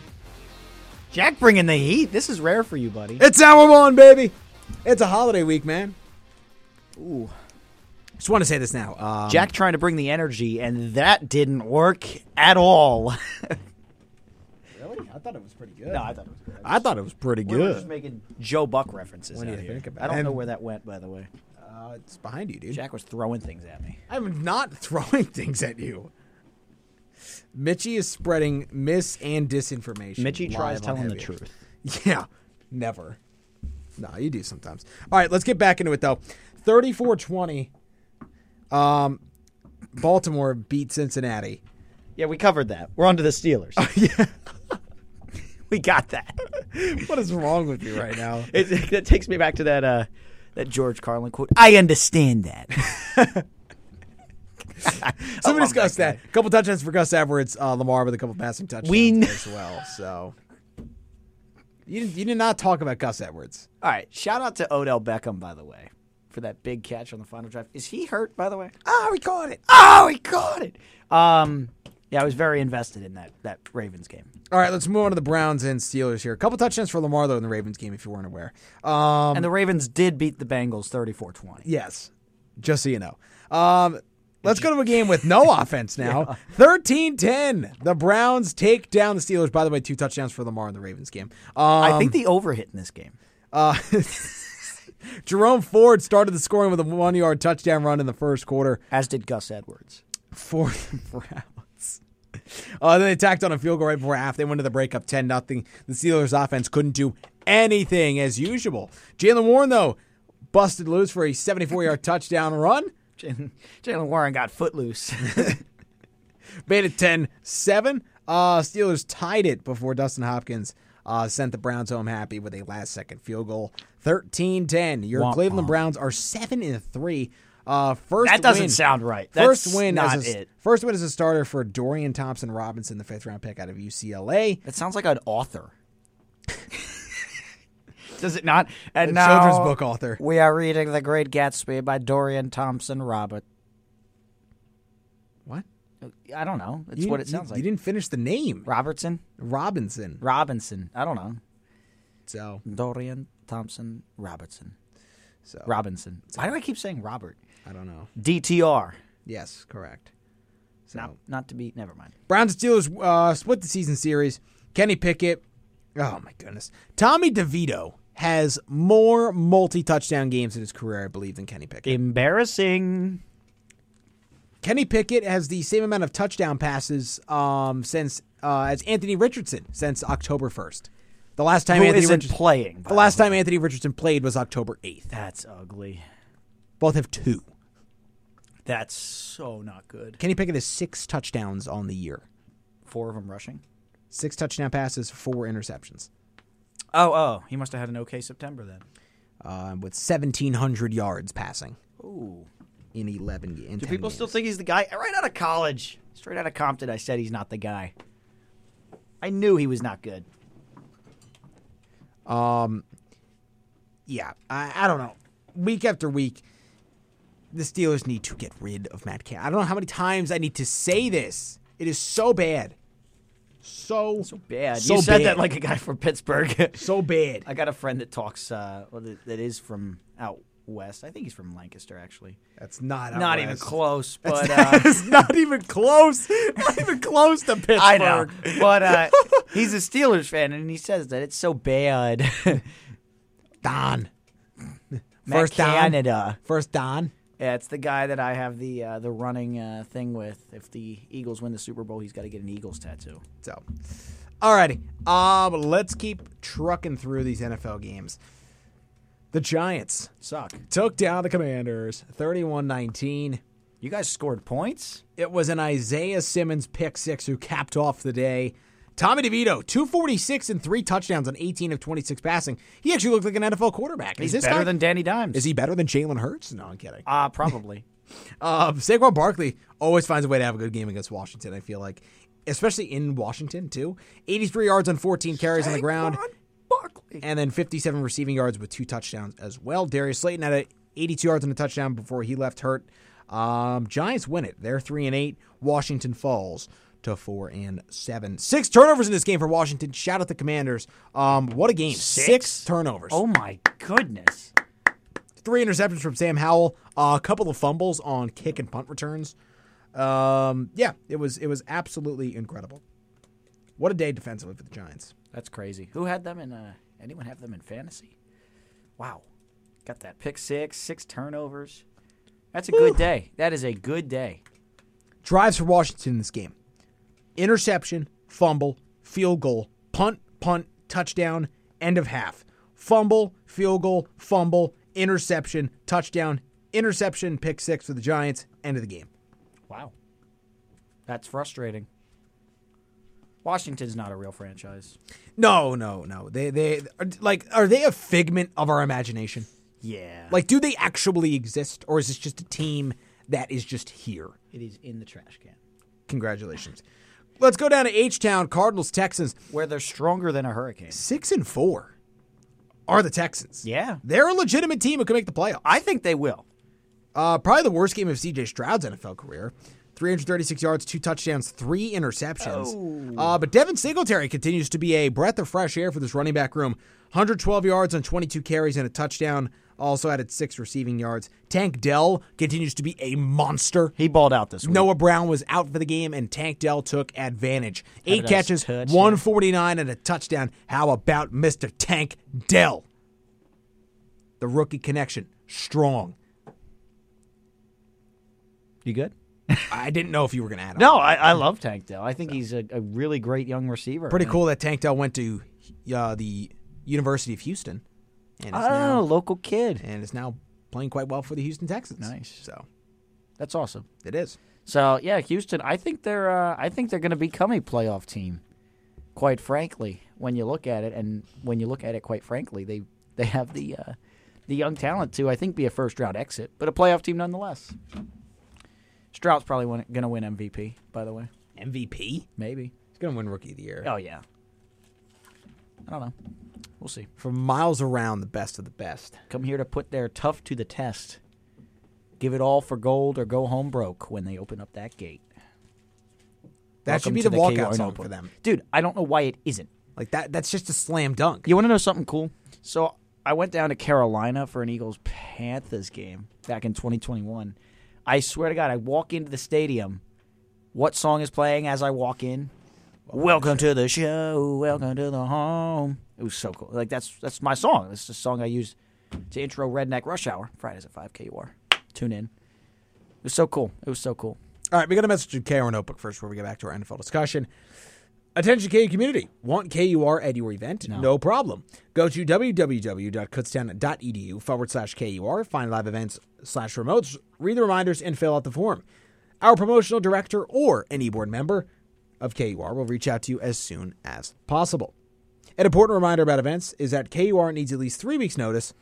Jack bringing the heat. This is rare for you, buddy. It's hour one, baby. It's a holiday week, man. Ooh. Just want to say this now. Um, Jack trying to bring the energy, and that didn't work at all. [LAUGHS] really? I thought it was pretty good. no, I thought it was good. I thought it was pretty We were just good. making Joe Buck references. What do out you here. think about I don't it? know where that went, by the way. Uh, it's behind you, dude. Jack was throwing things at me. I'm not [LAUGHS] throwing things at you. Mitchie is spreading mis and disinformation. Mitchie live tries on telling the Heavy. truth. [LAUGHS] Yeah, never. No, you do sometimes. All right, let's get back into it though. 34-20. Um, Baltimore beat Cincinnati. [LAUGHS] Yeah, we covered that. We're on to the Steelers. yeah. [LAUGHS] we got that. What is wrong with you right now? It, [LAUGHS] that takes me back to that uh, that George Carlin quote. I understand that. [LAUGHS] [LAUGHS] So we love discussed that that. A couple touchdowns for Gus Edwards, uh, Lamar with a couple passing touchdowns We kn- as well. So you did, you did not talk about Gus Edwards. All right. Shout out to Odell Beckham, by the way, for that big catch on the final drive. Is he hurt, by the way? Oh, we caught it. Oh, he caught it. Um, yeah, I was very invested in that that Ravens game. All right, let's move on to the Browns and Steelers here. A couple touchdowns for Lamar though in the Ravens game, if you weren't aware. Um, and the Ravens did beat the Bengals 34-20. yes, just so you know. Um, let's go to a game with [LAUGHS] no offense now. Thirteen ten. The Browns take down the Steelers. By the way, two touchdowns for Lamar in the Ravens game. Um, I think the over hit in this game. Uh, Jerome Ford started the scoring with a one yard touchdown run in the first quarter As did Gus Edwards. [LAUGHS] [LAUGHS] for the Browns. Uh, then they tacked on a field goal right before half. They went to the break up 10 nothing. The Steelers' offense couldn't do anything as usual. Jalen Warren, though, busted loose for a 74 yard touchdown run. Jalen Jalen Warren got footloose. Made it 10 7. Uh, Steelers tied it before Dustin Hopkins uh, sent the Browns home happy with a last second field goal. 13 10. Your Womp Cleveland womp. Browns are 7 and 3. Uh, first that doesn't win- sound right. That's First win, not as a, it. first win as a starter for Dorian Thompson Robinson, the fifth round pick out of UCLA. That sounds like an author. [LAUGHS] Does it not? And A now children's book author. We are reading The Great Gatsby by Dorian Thompson Robert. What? I don't know. That's you, what it you- sounds You like. didn't finish the name Robertson? Robinson. Robinson. I don't know. So Dorian Thompson Robertson. so Robinson. Why do I keep saying Robert? I don't know. DTR. Yes, correct. So Not, not to be. Never mind. Browns and Steelers uh, split the season series. Kenny Pickett. Oh my goodness. Tommy DeVito has more multi touchdown games in his career, I believe, than Kenny Pickett. Embarrassing. Kenny Pickett has the same amount of touchdown passes um, since uh, as Anthony Richardson since October first. The last time Who Anthony isn't Richardson playing? by the last way? time Anthony Richardson played was October eighth. That's ugly. Both have two. That's so not good. Kenny Pickett has six touchdowns on the year. Four of them rushing. Six touchdown passes, four interceptions, Oh, oh. He must have had an okay September then. um, with seventeen hundred yards passing Ooh. in eleven. ga- In 10 Do people games. still think he's the guy? Right out of college, straight out of Compton, I said he's not the guy. I knew he was not good. yeah, I, I don't know. Week after week, the Steelers need to get rid of Matt Canada. I don't know how many times I need to say this. It is so bad. So, so Bad. So you said bad. that like a guy from Pittsburgh. [LAUGHS] So bad. I got a friend that talks, uh, well, that, that is from out west. I think he's from Lancaster, actually. That's not out not even west. close, but uh, [LAUGHS] it's not even close. Not even close to Pittsburgh. [LAUGHS] I know. [LAUGHS] But uh, he's a Steelers fan, and he says that it's so bad. [LAUGHS] Don. Matt First down. Canada. First Don. Yeah, it's the guy that I have the uh, the running uh, thing with. If the Eagles win the Super Bowl, he's got to get an Eagles tattoo. So, alrighty. Um, let's keep trucking through these NFL games. The Giants Suck. took down the Commanders 31 19. You guys scored points? It was an Isaiah Simmons pick six who capped off the day. Tommy DeVito, 246 and three touchdowns on 18 of 26 passing. He actually looked like an NFL quarterback. He's is this better guy, than Danny Dimes. is he better than Jalen Hurts? No, I'm kidding. [LAUGHS] Uh, probably. Uh, Saquon Barkley always finds a way to have a good game against Washington. I feel like, especially in Washington too. 83 yards on 14 carries on the ground, Saquon Barkley. and then 57 receiving yards with two touchdowns as well. Darius Slayton had a 82 yards and a touchdown before he left hurt. Um, Giants win it. They're three and eight. Washington falls to four and seven. Six turnovers in this game for Washington. Shout out the Commanders. Um, what a game! Six, turnovers. Oh my goodness. Three interceptions from Sam Howell. a couple of fumbles on kick and punt returns. Um, yeah, it was it was absolutely incredible. What a day defensively for the Giants. That's crazy. Who had them in? Uh, anyone have them in fantasy? Wow, got that pick six, six turnovers. That's a good day. That is a good day. drives for Washington in this game. Interception, fumble, field goal, punt, punt, touchdown, end of half. Fumble, field goal, fumble, interception, touchdown, interception, pick six for the Giants, end of the game. Wow, that's frustrating. Washington's not a real franchise. No, no, no. They they are, like are they a figment of our imagination? Yeah, Like do they actually exist or is this just a team that is just here? it is in the trash can. Congratulations. Let's go down to H Town, Cardinals, Texans. Where they're stronger than a hurricane. Six and four are the Texans. Yeah. They're a legitimate team who can make the playoffs. I think they will. Uh, probably the worst game of CJ Stroud's NFL career. 336 yards, two touchdowns, three interceptions. Uh, but Devin Singletary continues to be a breath of fresh air for this running back room. 112 yards on 22 carries and a touchdown. Also added six receiving yards. Tank Dell continues to be a monster. He balled out this week. Noah Brown was out for the game, and Tank Dell took advantage. Eight a catches, touchdown. 149, and a touchdown. How about Mr. Tank Dell? The rookie connection, strong. You good? I didn't know if you were going to add him. No, I, I love Tank Dell. I think he's a, a really great young receiver. Pretty cool that Tank Dell went to uh, the University of Houston, and is, Oh, now, local kid. and is now playing quite well for the Houston Texans. Nice. So That's awesome. it is. So yeah, Houston. I think they're. Uh, I think they're going to become a playoff team. Quite frankly, when you look at it, and when you look at it, quite frankly, they they have the uh, the young talent to I think be a first round exit, but a playoff team nonetheless. Stroud's probably going to win MVP. By the way, MVP. He's maybe. going to win Rookie of the Year. Oh yeah. I don't know. We'll see. From miles around, the best of the best. come here to put their tough to the test. Give it all for gold or go home broke when they open up that gate. That Welcome should be to the, KO walkout song notebook. for them. Dude, I don't know why it isn't. Like that. That's just a slam dunk. You want to know something cool? So I went down to Carolina for an Eagles Panthers game back in 2021. I swear to God, I walk into the stadium. What song is playing as I walk in? Welcome to the show. Welcome to the home. It was so cool. Like that's that's my song. This is the song I used to intro Redneck Rush Hour Fridays at 5 KUR. Tune in. It was so cool. It was so cool. All right, we got a message to KR Notebook first before we get back to our NFL discussion. Attention KU community. Want KUR at your event? No, problem. Go to www.kutztown.edu E forward slash KUR, find live events slash remotes, read the reminders, and fill out the form. Our promotional director or any board member of KUR will reach out to you as soon as possible. An important reminder about events is that KUR needs at least three weeks' notice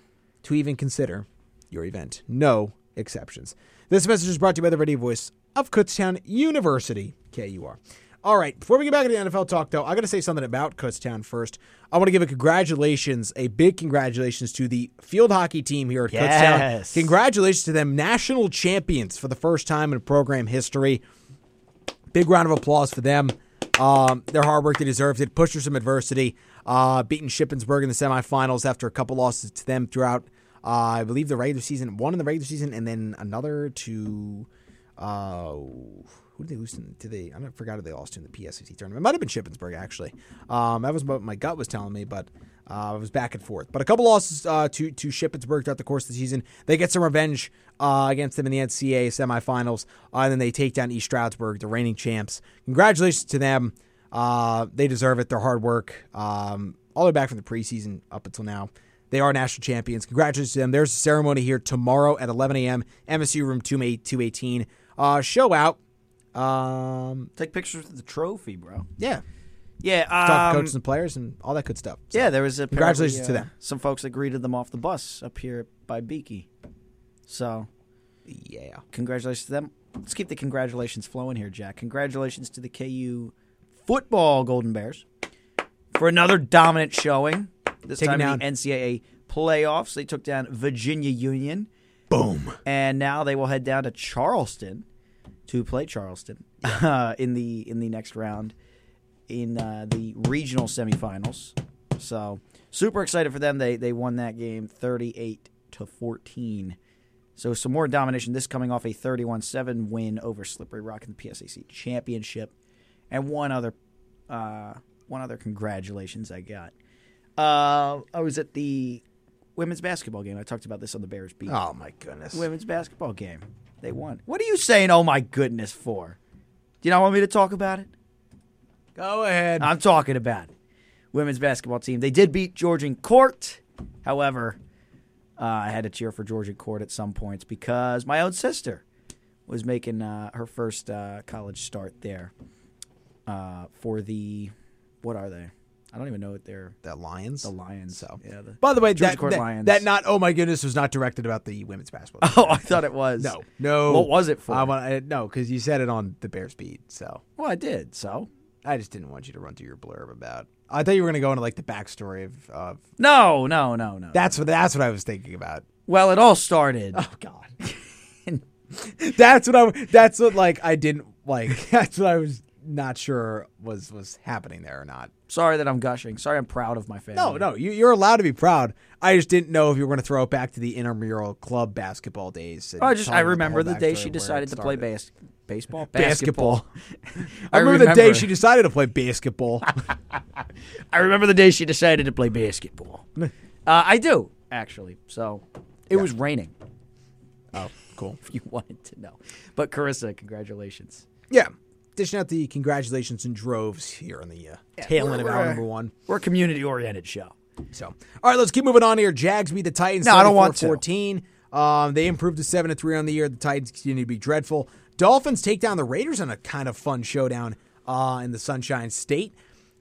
to even consider your event. No exceptions. This message is brought to you by the radio voice of Kutztown University, KUR. All right, before we get back to the NFL talk, though, I got to say something about Kutztown first. I want to give a congratulations, a big congratulations to the field hockey team here at Yes. Kutztown. Congratulations to them, national champions for the first time in program history. Big round of applause for them. Um, their hard work, they deserved it. Pushed through some adversity, uh, beating Shippensburg in the semifinals after a couple losses to them throughout, uh, I believe, the regular season. One in the regular season, and then another to. Uh, who did they lose to? Did they? I don't- forgot who they lost to in the PSCC tournament. It might have been Shippensburg, actually. Um, that was what my gut was telling me, but uh, it was back and forth. But a couple losses uh, to to Shippensburg throughout the course of the season. They get some revenge uh, against them in the NCAA semifinals, uh, and then they take down East Stroudsburg, the reigning champs. Congratulations to them. Uh, they deserve it. Their hard work, um, all the way back from the preseason up until now. They are national champions. Congratulations to them. There's a ceremony here tomorrow at 11 a.m. MSU room 218. Uh, show out. Um, Take pictures of the trophy, bro. yeah, Yeah. talk Um, to coaches and players and all that good stuff. So, Yeah, there was a uh, Congratulations to them. Some folks that greeted them off the bus up here by Beaky. So yeah. congratulations to them. Let's keep the congratulations flowing here, Jack. Congratulations to the KU football Golden Bears for another dominant showing. This Take 'em time in the down. NCAA playoffs, they took down Virginia Union. Boom. and now they will head down to Charleston to play Charleston [LAUGHS] uh, in the in the next round in uh, the regional semifinals. So super excited for them. They they won that game 38 to 14. So some more domination. This coming off a 31-7 win over Slippery Rock in the PSAC championship, and one other uh, one other congratulations I got. Uh, I was at the women's basketball game. I talked about this on the Bears beat Oh my goodness. women's basketball game. They won. What are you saying? Oh my goodness! For do you not want me to talk about it? Go ahead. I'm talking about it. Women's basketball team. They did beat Georgian Court. However, uh, I had to cheer for Georgian Court at some points because my own sister was making uh, her first uh, college start there uh, for the what are they? I don't even know what they're [LAUGHS] the Lions. the Lions. So. yeah, the, By the way, George that, Court that, Lions. that not oh my goodness was not directed about the women's [LAUGHS] basketball. oh, I thought it was no, no. What was it for? I want I, no because you said it on the Bears beat, so well, I did so. I just didn't want you to run through your blurb about. I thought you were going to go into like the backstory of, of No, no, no, no. that's what that's what I was thinking about. well, it all started. Oh God, [LAUGHS] that's what I that's what like I didn't like. [LAUGHS] That's what I was not sure was was happening there or not. Sorry that I'm gushing. Sorry, I'm proud of my family. No, no, you, you're allowed to be proud. I just didn't know if you were going to throw it back to the intramural club basketball days. and Oh, I just talk I about remember whole the day backstory she where decided it to play started. bas- baseball. Basketball. I [LAUGHS] I remember the day remember. she decided to play [LAUGHS] basketball. I remember the day she decided to play [LAUGHS] basketball. uh, I do actually. So it was raining. [LAUGHS] oh, cool. If you wanted to know, but Carissa, congratulations. Yeah, dishing out the congratulations and droves here on the uh, tail end of hour number one. We're a community oriented show. So, all right, let's keep moving on here. Jags beat the Titans. No, I don't want to. 14. Um, they improved to seven to three on the year. The Titans continue to be dreadful. Dolphins take down the Raiders in a kind of fun showdown uh, in the Sunshine State.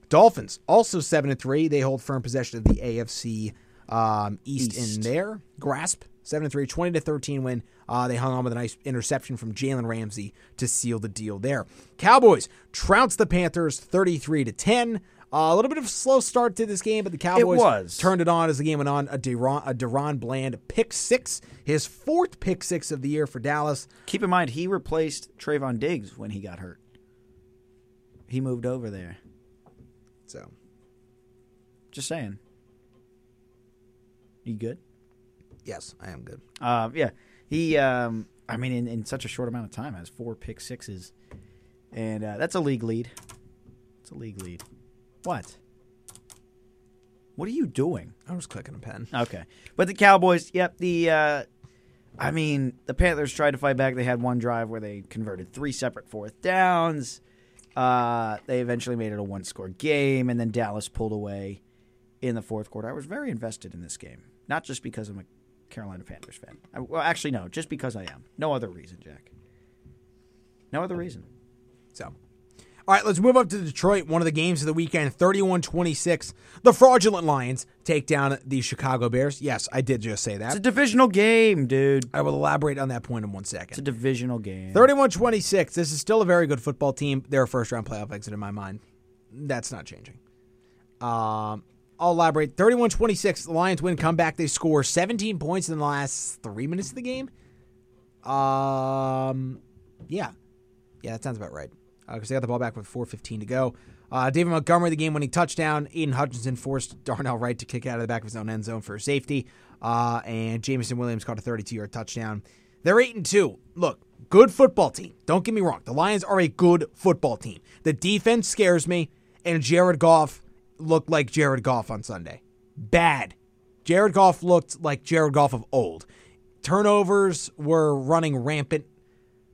Dolphins also seven to three. They hold firm possession of the AFC um, East, in their grasp. Seven to three, 20 to thirteen win. Uh, they hung on with a nice interception from Jalen Ramsey to seal the deal there. Cowboys trounce the Panthers thirty three to ten. Uh, a little bit of a slow start to this game, but the Cowboys was. turned it on as the game went on. A Deron, a Deron Bland pick six, his fourth pick six of the year for Dallas. Keep in mind he replaced Trayvon Diggs when he got hurt. He moved over there. So Just saying. You good? yes, I am good. Uh, yeah, he. Um, I mean, in, in such a short amount of time, has four pick sixes, and uh, that's a league lead. It's a league lead. What? What are you doing? I was clicking a pen. Okay, but the Cowboys. Yep, the. Uh, I mean, the Panthers tried to fight back. They had one drive where they converted three separate fourth downs. Uh, they eventually made it a one-score game, and then Dallas pulled away in the fourth quarter. I was very invested in this game, not just because I'm a Carolina Panthers fan. I, well, actually, no, just because I am. No other reason, Jack. No other reason. So, all right, let's move up to Detroit. One of the games of the weekend, 31 26. The fraudulent Lions take down the Chicago Bears. Yes, I did just say It's a that. divisional game, dude. I will elaborate on that point in one It's a second. divisional game. 31 26. This is still a very good football team. They're a first round playoff exit in my mind. That's not changing. Um, I'll elaborate. 31 26. The Lions win comeback. They score 17 points in the last three minutes of the game. Um, yeah. Yeah, that sounds about right. Because they got the ball back with 4.15 to go. Uh, David Montgomery, the game winning touchdown. Aiden Hutchinson forced Darnell Wright to kick out of the back of his own end zone for a safety. Uh, and Jamison Williams caught a 32 yard touchdown. They're 8 and 2. Look, good football team. Don't get me wrong. The Lions are a good football team. The defense scares me, and Jared Goff looked like Jared Goff on Sunday. Bad. Jared Goff looked like Jared Goff of old. Turnovers were running rampant.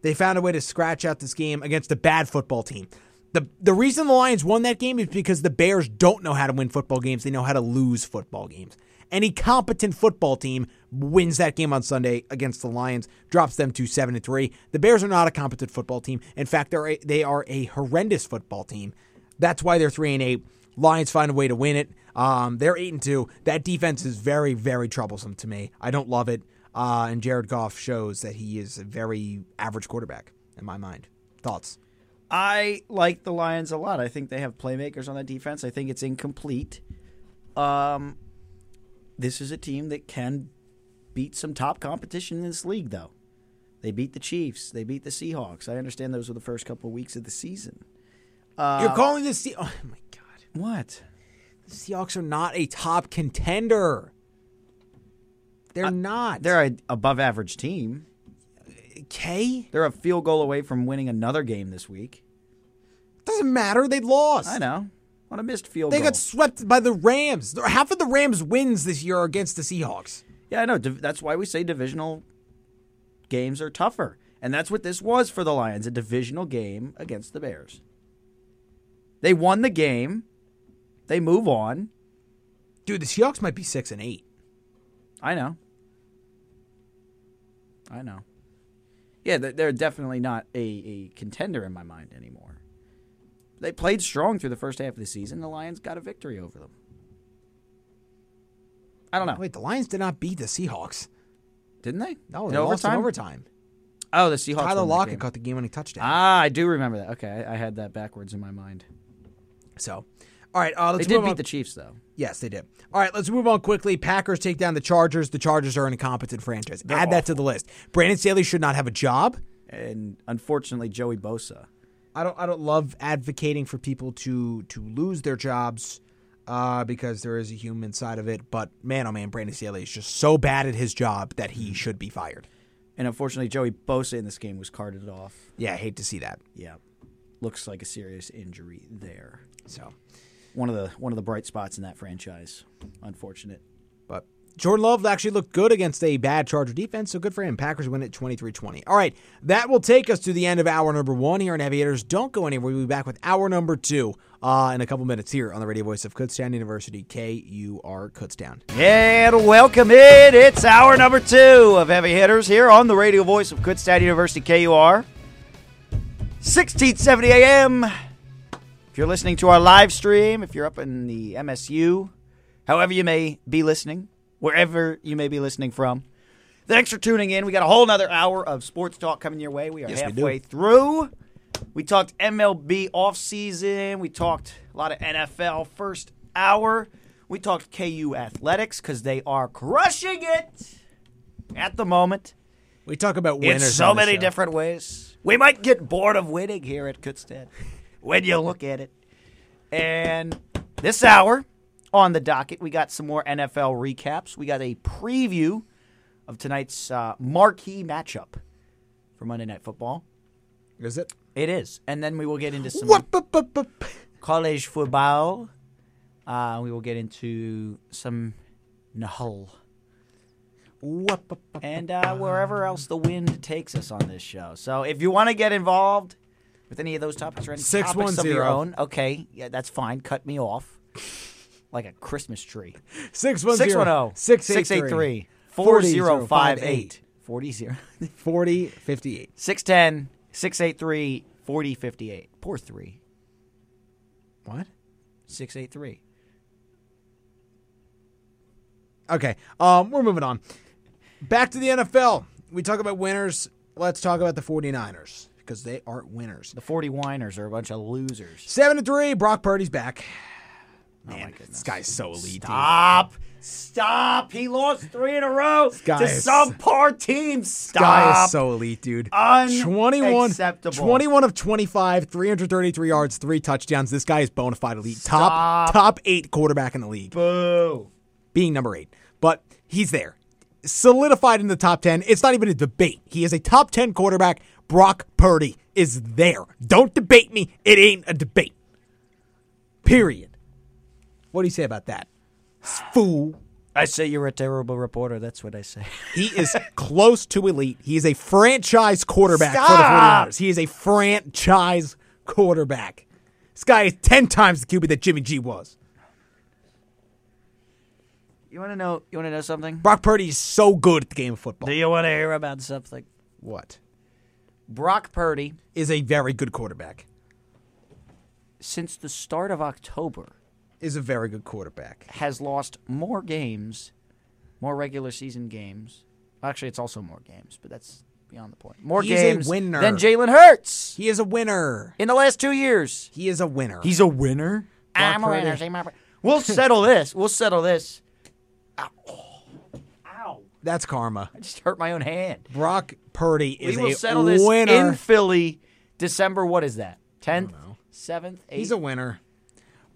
They found a way to scratch out this game against a bad football team. The the reason the Lions won that game is because the Bears don't know how to win football games. They know how to lose football games. Any competent football team wins that game on Sunday against the Lions, drops them to seven and three. The Bears are not a competent football team. In fact, they're a, they are a horrendous football team. That's why they're three and eight. Lions find a way to win it. Um, they're eight and two. That defense is very, very troublesome to me. I don't love it. Uh, and Jared Goff shows that he is a very average quarterback in my mind. Thoughts? I like the Lions a lot. I think they have playmakers on that defense. I think it's incomplete. Um, this is a team that can beat some top competition in this league, though. They beat the Chiefs. They beat the Seahawks. I understand those were the first couple of weeks of the season. Uh, You're calling the Se- Oh my god. What? The Seahawks are not a top contender. They're not. They're an above average team. okay. They're a field goal away from winning another game this week. Doesn't matter. They lost. I know. On a missed field They goal. got swept by the Rams. Half of the Rams wins this year are against the Seahawks. Yeah, I know. Div- That's why we say divisional games are tougher. And that's what this was for the Lions a divisional game against the Bears. They won the game, they move on. Dude, the Seahawks might be six and eight. I know. I know. Yeah, they're- they're definitely not a, a contender in my mind anymore. They played strong through the first half of the season. The Lions got a victory over them. I don't know. Oh, Wait, the Lions did not beat the Seahawks. Didn't they? No, In they lost in overtime. Oh, the Seahawks. won Tyler that Lockett game. caught the game-winning touchdown. Ah, I do remember that. Okay, I, I had that backwards in my mind. so, all right, uh, They let's did move beat on. the Chiefs, though. yes, they did. All right, let's move on quickly. Packers take down the Chargers. The Chargers are an incompetent franchise. Add that to the list. Brandon Staley should not have a job. And unfortunately, Joey Bosa. I don't I don't love advocating for people to to lose their jobs uh, because there is a human side of it. But man, oh man, Brandon Staley is just so bad at his job that Hmm. he should be fired. And unfortunately, Joey Bosa in this game was carted off. Yeah, I hate to see that. Yeah. Looks like a serious injury there. So, One of the one of the bright spots in that franchise. Unfortunate. but Jordan Love actually looked good against a bad Charger defense, so good for him. Packers win at 23-20. All right, that will take us to the end of hour number one here on Aviators. Don't go anywhere. We'll be back with hour number two uh, in a couple minutes here on the radio voice of Kutztown University, KUR Kutztown. And welcome in. It's hour number two of Heavy Hitters here on the radio voice of Kutztown University KUR. 1670 AM. If you're listening to our live stream, if you're up in the MSU, however you may be listening, wherever you may be listening from, thanks for tuning in. We got a whole nother hour of sports talk coming your way. We are Yes, we do. halfway through. We talked MLB offseason. We talked a lot of NFL first hour. We talked KU athletics because they are crushing it at the moment We talk about in winners. so on the many show. different ways. We might get bored of winning here at Kutztown when you look at it. And this hour on the docket, we got some more NFL recaps. We got a preview of tonight's uh, marquee matchup for Monday Night Football. Is it? It is. And then we will get into some What? bu- bu- bu- bu- college football. Uh, we will get into some Nahul. Whoop, up, up. and uh, wherever else the wind takes us on this show. So if you want to get involved with any of those topics or any topics of your 610. own, okay, yeah, that's fine. Cut me off like a Christmas tree. 610 610 683 4058 4058. 610 683 4058. Poor three. What? 683. Okay. Um, we're moving on. Back to the NFL. We talk about winners. Let's talk about the 49ers because they aren't winners. The 40 whiners are a bunch of losers. 7 to 3. Brock Purdy's back. oh my Man, goodness. this guy's so elite. Stop! Stop! He lost three in a row guy to is- some poor team. This guy Stop! is so elite, dude. Unacceptable. 21 of 25, 333 yards, three touchdowns. This guy is bona fide elite. Top Stop. top eight quarterback in the league. Boo! being number eight, but he's there. Solidified in the top 10. It's not even a debate. He is a top 10 quarterback. Brock Purdy is there. Don't debate me. It ain't a debate. Period. What do you say about that? Fool. I say you're a terrible reporter. That's what I say. [LAUGHS] He is close to elite. He is a franchise quarterback Stop. for the 49ers. He is a franchise quarterback. This guy is 10 times the QB that Jimmy G was. You want to know? You want to know something? Brock Purdy is so good at the game of football. Do you want to hear about something? What? Brock Purdy, Is a very good quarterback. since the start of October, is a very good quarterback. has lost more games, more regular season games. Actually, it's also more games, but that's beyond the point. More He's a games winner. than Jalen Hurts He is a winner. in the last two years. He is a winner. a winner. I'm a Brock winner. Purdy. I'm a- We'll settle this. We'll settle this. Ow. Ow. That's karma. I just hurt my own hand. Brock Purdy We is will a settle this winner. in Philly, December. What is that? Tenth, seventh, eighth. He's a winner.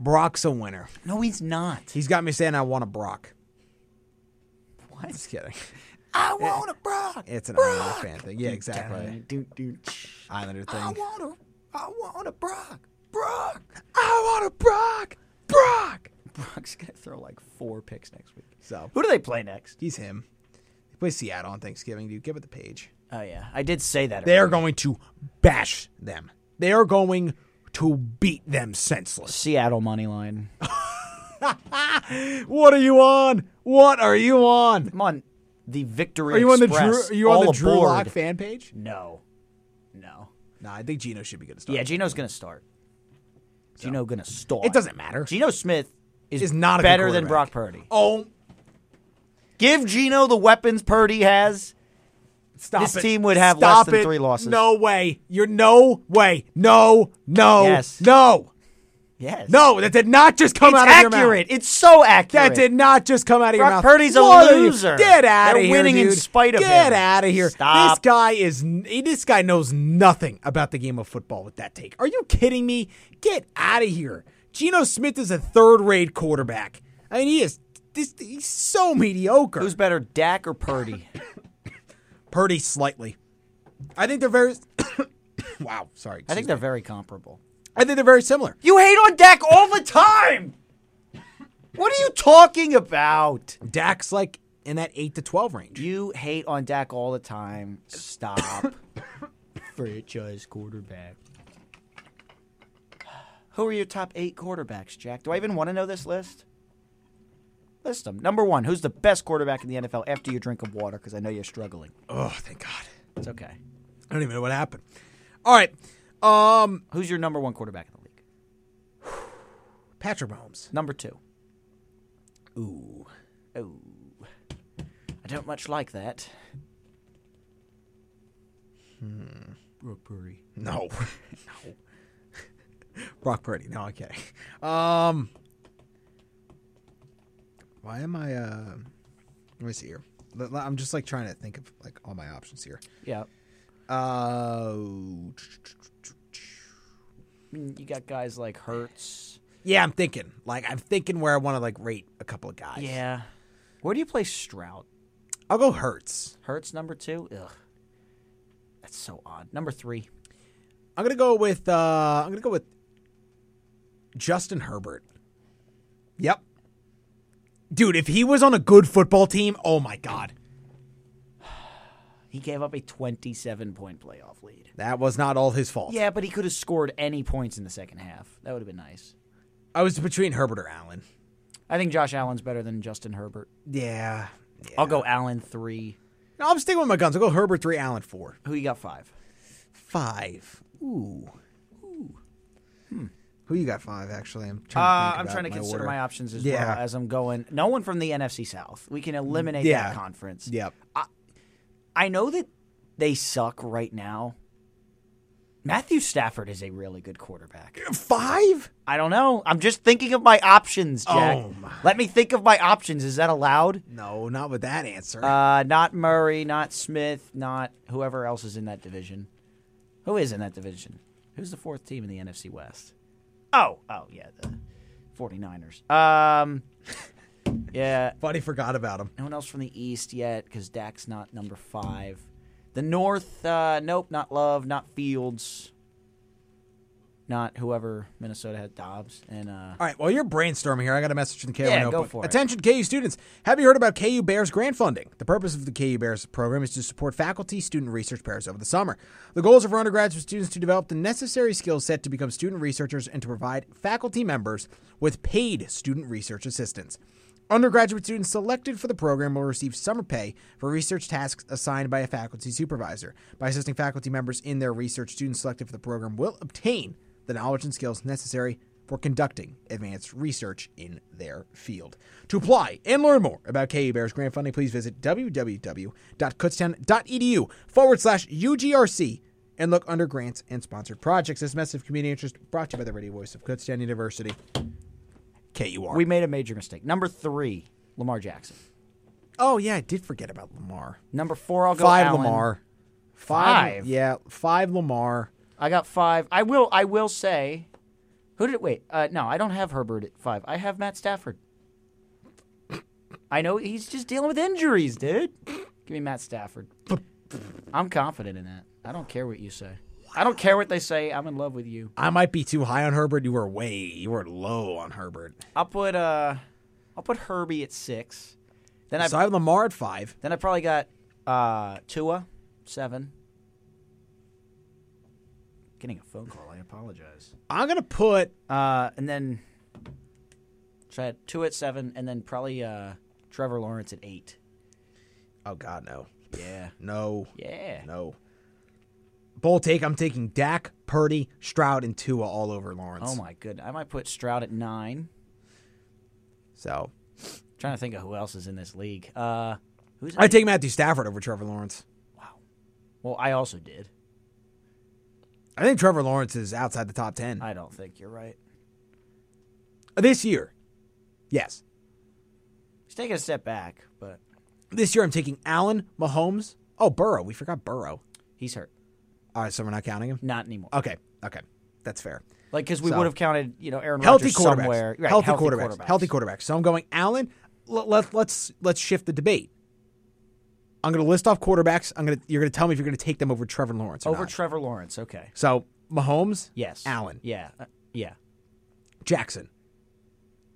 Brock's a winner. no, he's not. He's got me saying I want a Brock. What? Just kidding. I want a Brock. It's an Islander fan thing. Yeah, exactly. Dun, dun, tsh. Islander I thing. want a, I want a Brock. Brock. I want a Brock. Brock. [LAUGHS] Brock's gonna throw like four picks next week. So Who do they play next? he's him. They play Seattle on Thanksgiving, dude. Give it the page. Oh yeah, I did say that. They earlier. are going to bash them. They are going to beat them senseless. Seattle money line. What are you on? What are you on? I'm on the victory. Are you on the Drew? Express, Are you on all the Drew aboard. Lock fan page? No, no. Nah, I think Gino should be good to start. Yeah, Gino's gonna start. Gino gonna start. it doesn't matter. Gino Smith is, Is not a good better than quarterback. Brock Purdy. oh, Give Gino the weapons Purdy has. stop This it. team would have Stop less than it. three losses. No way. You're no way. No. No. Yes. No. Yes. No. That did not just come It's out of your mouth. accurate. It's so That accurate. did not just come out of your mouth. Brock Purdy's a What are you- loser. Get out of They're here, winning in dude. spite of Get him. out of here. This Stop. guy is. n- This guy knows nothing about the game of football with that take. Are you kidding me? Get out of here. Geno Smith is a third-rate quarterback. I mean, he is. This, he's so mediocre. Who's better, Dak or [LAUGHS] Purdy? Purdy slightly. I think they're very. [COUGHS] wow. Sorry. I think they're very comparable. I think they're very similar. You hate on Dak all the time. What are you talking about? Dak's like in that eight to twelve range. You hate on Dak all the time. Stop. [COUGHS] Franchise quarterback. [SIGHS] Who are your top eight quarterbacks, Jack? Do I even want to know this list? List them. Number one, who's the best quarterback in the NFL after your drink of water? Because I know you're struggling. Oh, thank God. It's okay. I don't even know what happened. All right. Um. Who's your number one quarterback in the league? Patrick Mahomes. Number two. Ooh. Oh, I don't much like that. Hmm. Brock Purdy. No. [LAUGHS] no. Brock Purdy. No, I'm kidding. Um Why am I uh let me see here. L- l- I'm just like trying to think of like all my options here. Yeah. Uh I mean, you got guys like Hertz. Yeah, I'm thinking. Like I'm thinking where I want to like rate a couple of guys. Yeah. Where do you play Stroud? I'll go Hertz. Hertz number two? Ugh. That's so odd. Number three. I'm gonna go with uh I'm gonna go with Justin Herbert. Yep. Dude, if he was on a good football team, oh my god. He gave up a 27 point playoff lead. That was not all his fault. Yeah, but he could have scored any points in the second half. That would have been nice. I was between Herbert or Allen. I think Josh Allen's better than Justin Herbert. Yeah. I'll go Allen three. No, I'm sticking with my guns. I'll go Herbert three, Allen four. Who you got five? Five. Ooh. Ooh. Hmm. Who you got five, actually? I'm trying to Uh, think I'm about trying to consider order. my options as Yeah. well as I'm going. No one from the NFC South. We can eliminate Yeah. that conference. Yep. I know that they suck right now. Matthew Stafford is a really good quarterback. Five? I don't know. I'm just thinking of my options, Jack. Oh, my. Let me think of my options. Is that allowed? No, not with that answer. Uh, not Murray, not Smith, not whoever else is in that division. Who is in that division? Who's the fourth team in the NFC West? Oh, oh yeah, the 49ers. Um, [LAUGHS] yeah, Funny, forgot about him. no one else from the East yet because Dak's not number five. The North, uh, nope, not Love, not Fields, not whoever Minnesota had Dobbs and uh, All right, while you're brainstorming here, I got a message from the KU Yeah, go Notebook. for it. Attention, KU students. Have you heard about KU Bears grant funding? The purpose of the KU Bears program is to support faculty student research pairs over the summer. The goals are for undergraduate students to develop the necessary skill set to become student researchers and to provide faculty members with paid student research assistance. Undergraduate students selected for the program will receive summer pay for research tasks assigned by a faculty supervisor. By assisting faculty members in their research, students selected for the program will obtain the knowledge and skills necessary for conducting advanced research in their field. To apply and learn more about KU Bears grant funding, please visit www.kutztown.edu E forward slash UGRC and look under grants and sponsored projects. This message of community interest brought to you by the radio voice of Kutztown University, E KUR. we made a major mistake. Number three, Lamar Jackson. Oh yeah, I did forget about Lamar. Number four, I'll go Five Allen. Lamar. Five? Yeah, five Lamar. I got five. I will. I will say, who did? Wait, uh, no, I don't have Herbert at five. I have Matt Stafford. I know he's just dealing with injuries, dude. Give me Matt Stafford. I'm confident in that. I don't care what you say. I don't care what they say. I'm in love with you. I might be too high on Herbert. You were way, you were low on Herbert. I'll put uh, I'll put Herbie at six. Then I so I have Lamar at five. then I probably got uh Tua seven. Getting a phone call. I apologize. I'm gonna put Uh, and then try it, two at seven, and then probably uh, Trevor Lawrence at eight. Oh God, no, Yeah, no, yeah. no. Bold take. I'm taking Dak, Purdy, Stroud, and Tua all over Lawrence. Oh my goodness, I might put Stroud at nine. So trying to think of who else is in this league. Uh, who's I take Matthew Stafford over Trevor Lawrence. well? I also did. I think Trevor Lawrence is outside the top ten I don't think you're right. this year. Yes, He's taking a step back, but this year I'm taking Allen, Mahomes. Oh, Burrow. We forgot Burrow. he's hurt. All right, so we're not counting him. Not anymore. Okay, okay, that's fair. Like because we Uh, So- would have counted, you know, Aaron healthy Rodgers quarterbacks, somewhere. Right, healthy, quarterbacks, healthy quarterbacks. So I'm going Allen. Let, let, let's let's shift the debate. I'm going to list off quarterbacks. I'm going to you're going to tell me if you're going to take them over Trevor Lawrence or over not. Trevor Lawrence. Okay. so Mahomes, Yes. Allen, Yeah. Uh, yeah. Jackson,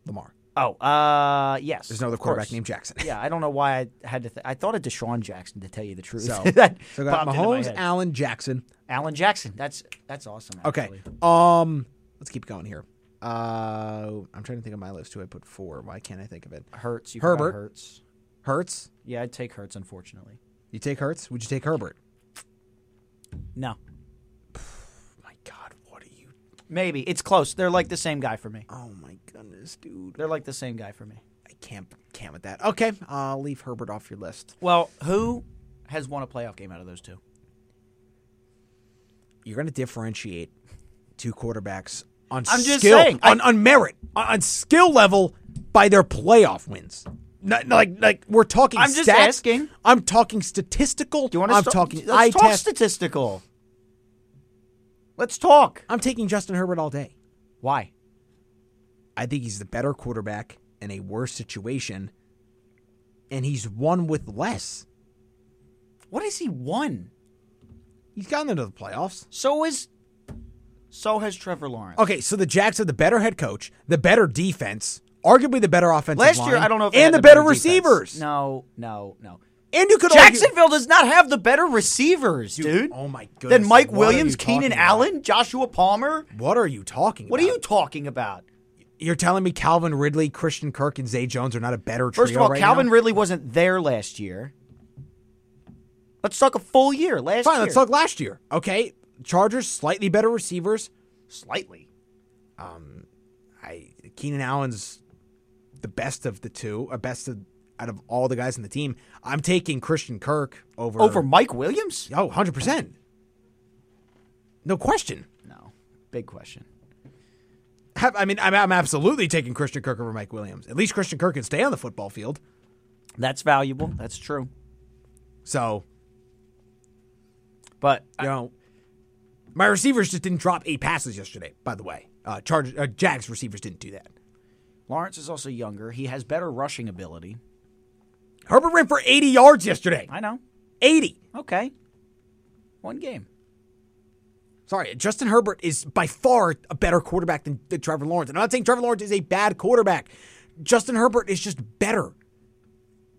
Lamar. Oh, uh, yes. There's no other of course. quarterback named [LAUGHS] Jackson. Yeah, I don't know why I had to. Th- I thought of Deshaun Jackson to tell you the truth. So, [LAUGHS] that so I got popped into my Mahomes, head. Allen, Jackson. Alan Jackson. That's that's awesome. Okay. actually. Um, let's keep going here. Uh, I'm trying to think of my list. Who I put four? Why can't I think of it? Hurts. You Herbert. Herbert Hurts. Hertz. Yeah, I'd take Hurts. Unfortunately, You take Hertz? Would you take Herbert? no. My God, what are you? Maybe it's close. They're like the same guy for me. Oh my goodness, dude. They're like the same guy for me. I can't can't with that. Okay, I'll leave Herbert off your list. Well, who has won a playoff game out of those two? You're going to differentiate two quarterbacks on I'm skill, just saying, I- on, on merit, on, on skill level by their playoff wins. Not, like like we're talking. I'm just stats. asking. I'm talking statistical. Do you want to? I'm talking Let's eye talk test. statistical. Let's talk. I'm taking Justin Herbert all day. Why? I think he's the better quarterback in a worse situation, and he's won with less. What has he won? He's gotten into the playoffs. So is. So has Trevor Lawrence. Okay, so the Jacks have the better head coach, the better defense, arguably the better offensive Last year, line, I don't know if they and had the, the better, defense. receivers. No, no, no. And you could Jacksonville does not have the better receivers, dude. Dude, oh my Then goodness, what Mike are Williams, you talking Keenan about? Allen, Joshua Palmer. Argue, what are you talking? What are about? you talking about? You're telling me Calvin Ridley, Christian Kirk, and Zay Jones are not a better trio First of all, right Calvin now? Ridley wasn't there last year. Let's talk a full year. Last Fine, year, let's talk last year. Okay, Chargers slightly better receivers. slightly. I Keenan Allen's the best of the two, a best of, out of all the guys in the team. I'm taking Christian Kirk over Over Mike Williams? oh 100 percent, no question. No, big question. Have- I mean, I'm, I'm absolutely taking Christian Kirk over Mike Williams. At least Christian Kirk can stay on the football field. That's valuable. That's true. So, But you know, my receivers just didn't drop eight passes yesterday, by the way. Uh, Charge, uh, Jags receivers didn't do that. Lawrence is also younger. He has better rushing ability. Herbert ran for 80 yards yesterday. I know. 80. Okay. One game. Sorry, Justin Herbert is by far a better quarterback than, than Trevor Lawrence. And I'm not saying Trevor Lawrence is a bad quarterback. Justin Herbert is just better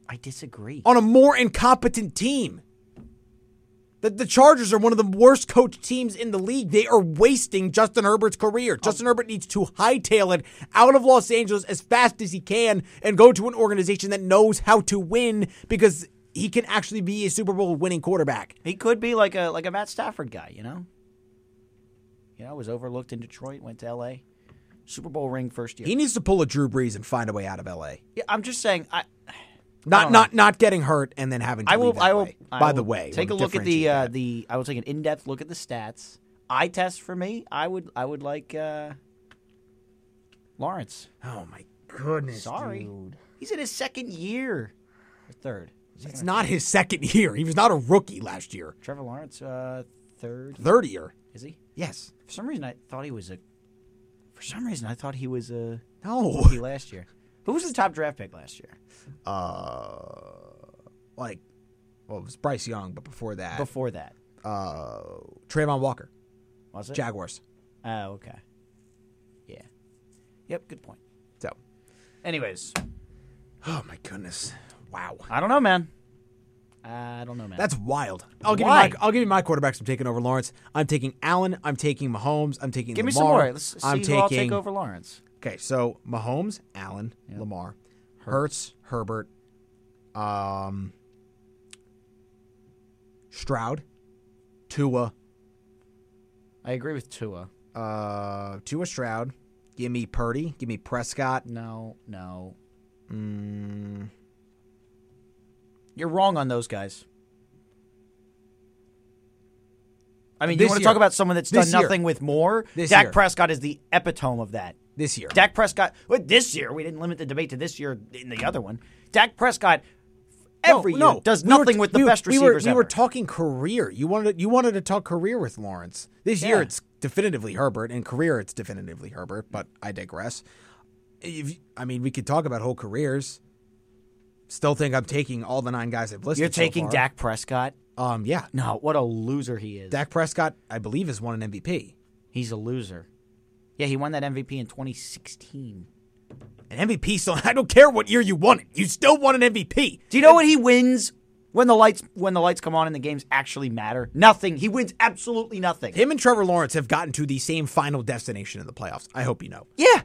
I disagree. on a more incompetent team. The, the Chargers are one of the worst coached teams in the league. They are wasting Justin Herbert's career. Justin Herbert needs to hightail it out of Los Angeles as fast as he can and go to an organization that knows how to win because he can actually be a Super Bowl winning quarterback. He could be like a like a Matt Stafford guy, you know. You know, was overlooked in Detroit, went to L.A. Super Bowl ring first year. He needs to pull a Drew Brees and find a way out of LA. Yeah, I'm just saying. I Not don't know. not not getting hurt and then having to Oh. I will. leave that I will. way. I By will the way, take a let me look at differentiate the uh, that. the. I will take an in depth look at the stats. Eye test for me. I would. I would like uh, Lawrence. Oh my goodness. uh, Sorry, dude. he's in his second year. Or third. It's not his second [LAUGHS] year. He was not a rookie last year. Trevor Lawrence, uh, third. Third year. Is he? Yes. For some reason, I thought he was a. For some reason, I thought he was a No. rookie last year. Who was the top draft pick last year? Uh, like, well, it was Bryce Young, but before that, Before that, uh, Trayvon Walker, was it? Jaguars. Oh, okay. Yeah. Yep. Good point. So, Anyways, [GASPS] oh my goodness, wow, I don't know, man. I don't know, man. that's wild. I'll give Why? you my, I'll give you my quarterbacks. I'm taking over Lawrence. I'm taking Allen. I'm taking Mahomes. I'm taking give me some Lamar. more. Let's see I'm who taking all take over Lawrence. Okay, so Mahomes, Allen, Lamar, Hertz, Herbert, um, Stroud, Tua, I agree with Tua. uh, Tua Stroud. Give me Purdy. Give me Prescott. No, no. Mm. You're wrong on those guys. I mean, you This want to year. talk about someone that's This done year. nothing with more? This Dak year. Prescott is the epitome of that. This year. Dak Prescott, well, this year, we didn't limit the debate to this year in the other one. Dak Prescott, every no, year, does we were- nothing with the we were- best we were- receivers We were ever. talking career. You wanted you wanted to talk career with Lawrence. This year Yeah. it's definitively Herbert, and career it's definitively Herbert. But I digress. If, I mean, we could talk about whole careers. Still think I'm taking all the nine guys I've listed. You're so taking far. Dak Prescott? Um, yeah, No, what a loser he is. Dak Prescott, I believe, has won an MVP. He's a loser. Yeah, he won that MVP in 2016. An MVP. So [LAUGHS] I don't care what year you won it. You still won an MVP. Do you know what he wins when the lights when the lights come on and the games actually matter? Nothing. He wins absolutely nothing. Him and Trevor Lawrence have gotten to the same final destination in the playoffs. I hope you know. Yeah.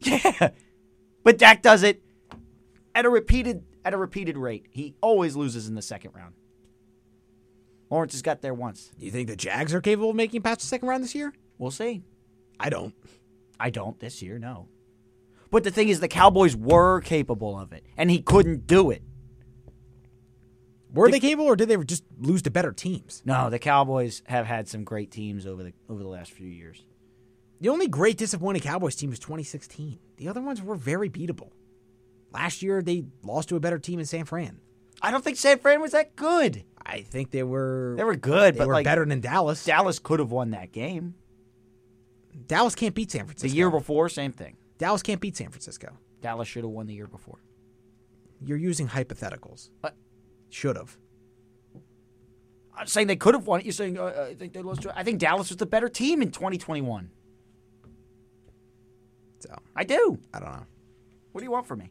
Yeah. But Dak does it at a repeated at a repeated rate. He always loses in the second round. Lawrence has got there once. Do you think the Jags are capable of making it past the second round this year? We'll see. I don't. I don't this year, no. But the thing is the Cowboys were capable of it and he couldn't do it. Were they capable, or did they just lose to better teams? No, the Cowboys have had some great teams over the over the last few years. The only great disappointing Cowboys team was 2016. The other ones were very beatable. Last year, they lost to a better team in San Fran. I don't think San Fran was that good. I think they were They were good, they but were like better than Dallas. Dallas could have won that game. Dallas can't beat San Francisco. The year before, same thing. Dallas can't beat San Francisco. Dallas should have won the year before. You're using hypotheticals. But Should have. I'm saying they could have won it. You're saying uh, uh, I think they lost. to- I think Dallas was the better team in 2021. So I do. I don't know. What do you want from me?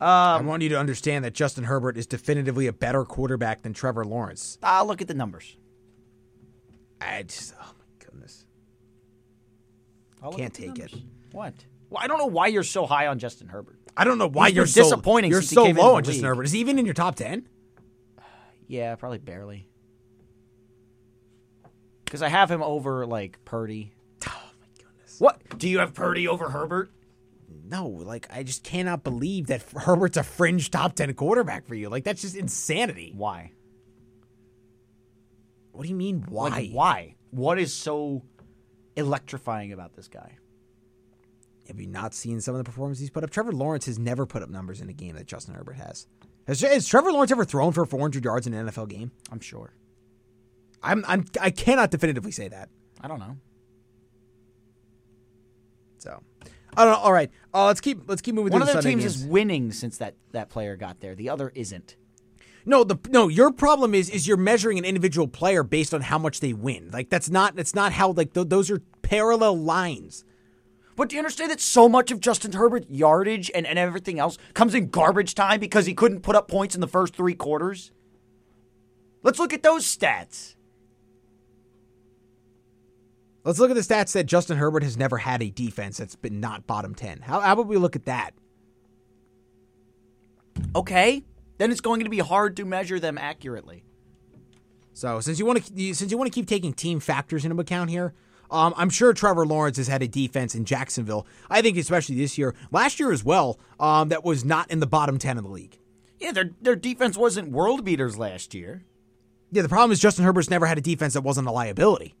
I want you to understand that Justin Herbert is definitively a better quarterback than Trevor Lawrence. I'll Ah, look at the numbers. I just, oh my goodness, I'll look can't at the take it. numbers. What? Well, I don't know why you're so high on Justin Herbert. I don't know why He's you're been so disappointing You're since he so came into low the on Justin league. Herbert. Is he even in your top ten? Yeah, probably barely. Because I have him over like [SIGHS] Purdy. Oh my goodness. What? Do you have Purdy over Herbert? No, like I just cannot believe that Herbert's a fringe top 10 quarterback for you. Like that's just insanity. Why? What do you mean why? Like, why? What is so electrifying about this guy? Have you not seen some of the performances he's put up? Trevor Lawrence has never put up numbers in a game that Justin Herbert has. Has, has Trevor Lawrence ever thrown for 400 yards in an NFL game? I'm sure. I'm, I'm I cannot definitively say that. I don't know. So, I don't know. All right. Uh, let's keep let's keep moving One of through the their Sunday teams games. is winning since that, that player got there. The other isn't. No, the no. Your problem is is you're measuring an individual player based on how much they win. Like that's not that's not how like th- those are parallel lines. But do you understand that so much of Justin Herbert's yardage and, and everything else comes in garbage time because he couldn't put up points in the first three quarters? Let's look at those stats. Let's look at the stats that Justin Herbert has never had a defense that's been not bottom ten. How, how about we look at that? Okay? Then it's going to be hard to measure them accurately. So since you want to since you want to keep taking team factors into account here, um, I'm sure Trevor Lawrence has had a defense in Jacksonville. I think especially this year, last year as well, um, that was not in the bottom ten of the league. Yeah, their their defense wasn't world beaters last year. Yeah, the problem is Justin Herbert's never had a defense that wasn't a liability.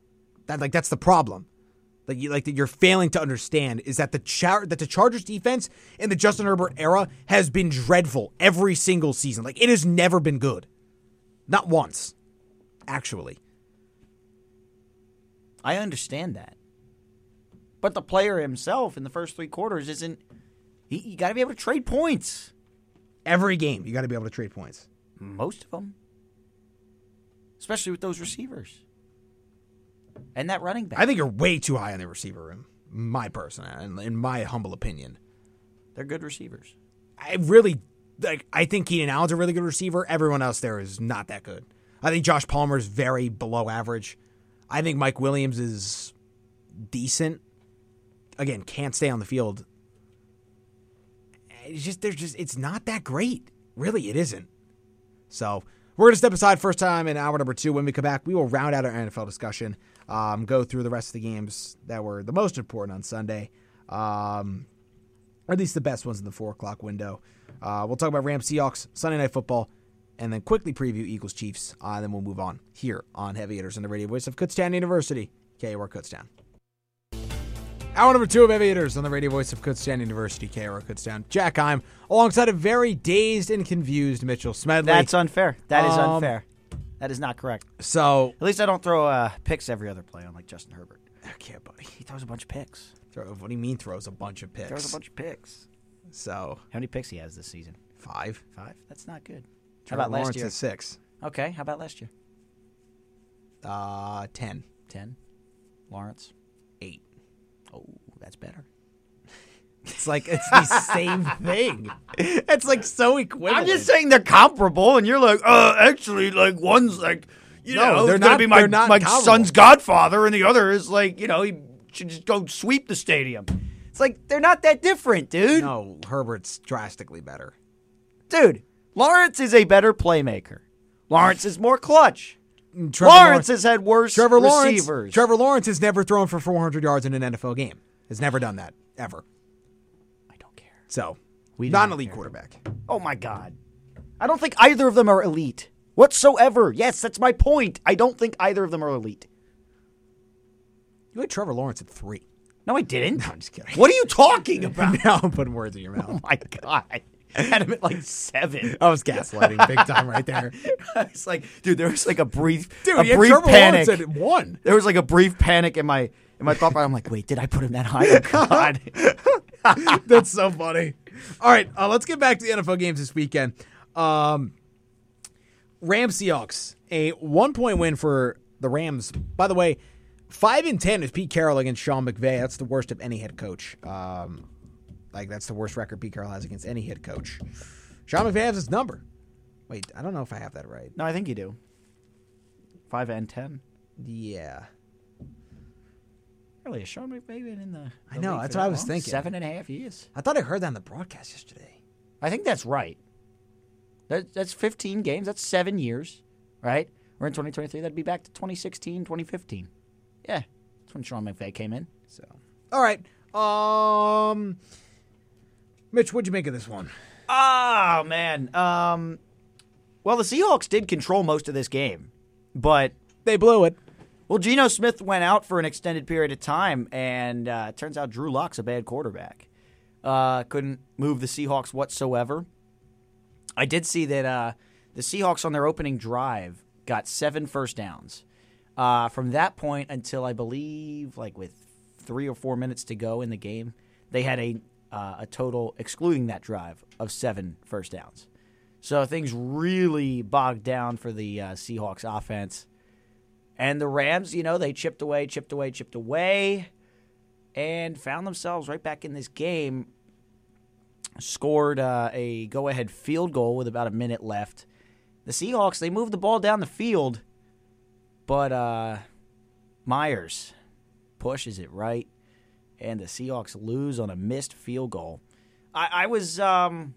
That like that's the problem. that you like that you're failing to understand is that the Char- that the Chargers defense in the Justin Herbert era has been dreadful every single season. Like it has never been good. Not once, actually. I understand that. But the player himself in the first three quarters isn't. He, you got to be able to trade points. Every game, you got to be able to trade points. Most of them. Especially with those receivers. And that running back. I think you're way too high on the receiver room, my person, in, in my humble opinion. They're good receivers. I really like. I think Keenan Allen's a really good receiver. Everyone else there is not that good. I think Josh Palmer's very below average. I think Mike Williams is decent. Again, can't stay on the field. It's just there's just it's not that great. Really, it isn't. So we're gonna step aside first time in hour number two. When we come back, we will round out our NFL discussion. Um, go through the rest of the games that were the most important on Sunday. Um, or at least the best ones in the four o'clock window. Uh, we'll talk about Rams Seahawks, Sunday Night Football, and then quickly preview Eagles Chiefs. Uh, and then we'll move on here on Heavy Hitters on the radio voice of Kutztown University, KOR Kutztown. Hour number two of Heavy Hitters on the radio voice of Kutztown University, KOR Kutztown. Jack I'm alongside a very dazed and confused Mitchell Smedley. That's unfair. That is Um, unfair. That is not correct. so. At least I don't throw uh, picks every other play on like Justin Herbert. Okay, buddy. He throws a bunch of picks. Throw, what do you mean throws a bunch of picks? Throws a bunch of picks. So How many picks he has this season? five. Five. That's not good. Trevor how about Lawrence last year? is six. Okay. How about last year? Uh, ten. Ten. Lawrence. Eight. Oh, that's [LAUGHS] better. It's like it's [LAUGHS] the same thing. It's like so equivalent. I'm just saying they're comparable, and you're like, uh, actually, like one's like, you No, know, they're it's gonna not- be my they're not my comparable. son's godfather, and the other is like, you know, he should just go sweep the stadium. It's like they're not that different, dude. No, Herbert's drastically better. Dude, Lawrence is a better playmaker. Lawrence is more clutch. Trevor Lawrence, has had worse Trevor Lawrence. receivers. Trevor Lawrence has never thrown for 400 yards in an NFL game. Has never done that ever. I don't care. So, We do not an not elite care. quarterback. Oh my god. I don't think either of them are elite whatsoever. Yes, that's my point. I don't think either of them are elite. You had Trevor Lawrence at three. [LAUGHS] No, I didn't. I'm just kidding. What are you talking [LAUGHS] about? now I'm putting words in your mouth. Oh my god. I had him at like seven. I was gaslighting big time right there. [LAUGHS] it's like, dude, there was like a brief, Dude, you a had brief Trevor panic. Lawrence at one. There was like a brief panic in my in my thought. process. I'm like, wait, did I put him that [LAUGHS] high? Oh, God. That's so funny. All right, uh, let's get back to the NFL games this weekend. Um, Rams Seahawks, a one point win for the Rams. By the way, five and ten is Pete Carroll against Sean McVay. That's the worst of any head coach. Um, like that's the worst record Pete Carroll has against any head coach. Sean McVay has his number. Wait, I don't know if I have that right. no, I think you do. Five and ten. Yeah, Really, is Sean McVay been in the? the I know, league that's for what that I was long? thinking. Seven and a half years. I thought I heard that on the broadcast yesterday. I think that's right. That, that's 15 games. That's seven years, right? We're in 2023. That'd be back to 2016, 2015. Yeah, that's when Sean McVay came in. So, all right, um, Mitch, what'd you make of this one? Oh man. Um, well, the Seahawks did control most of this game, but They blew it. well, Geno Smith went out for an extended period of time, and uh, it turns out Drew Lock's a bad quarterback. Uh, couldn't move the Seahawks whatsoever. I did see that uh, the Seahawks on their opening drive got seven first downs. Uh, from that point until I believe, like with three or four minutes to go in the game, they had a uh, a total excluding that drive of seven first downs. So things really bogged down for the uh, Seahawks offense. And the Rams, you know, they chipped away, chipped away, chipped away, and found themselves right back in this game. Scored uh, a go ahead field goal with about a minute left. The Seahawks, they moved the ball down the field, but uh, Myers pushes it right, and the Seahawks lose on a missed field goal. I, I was, um,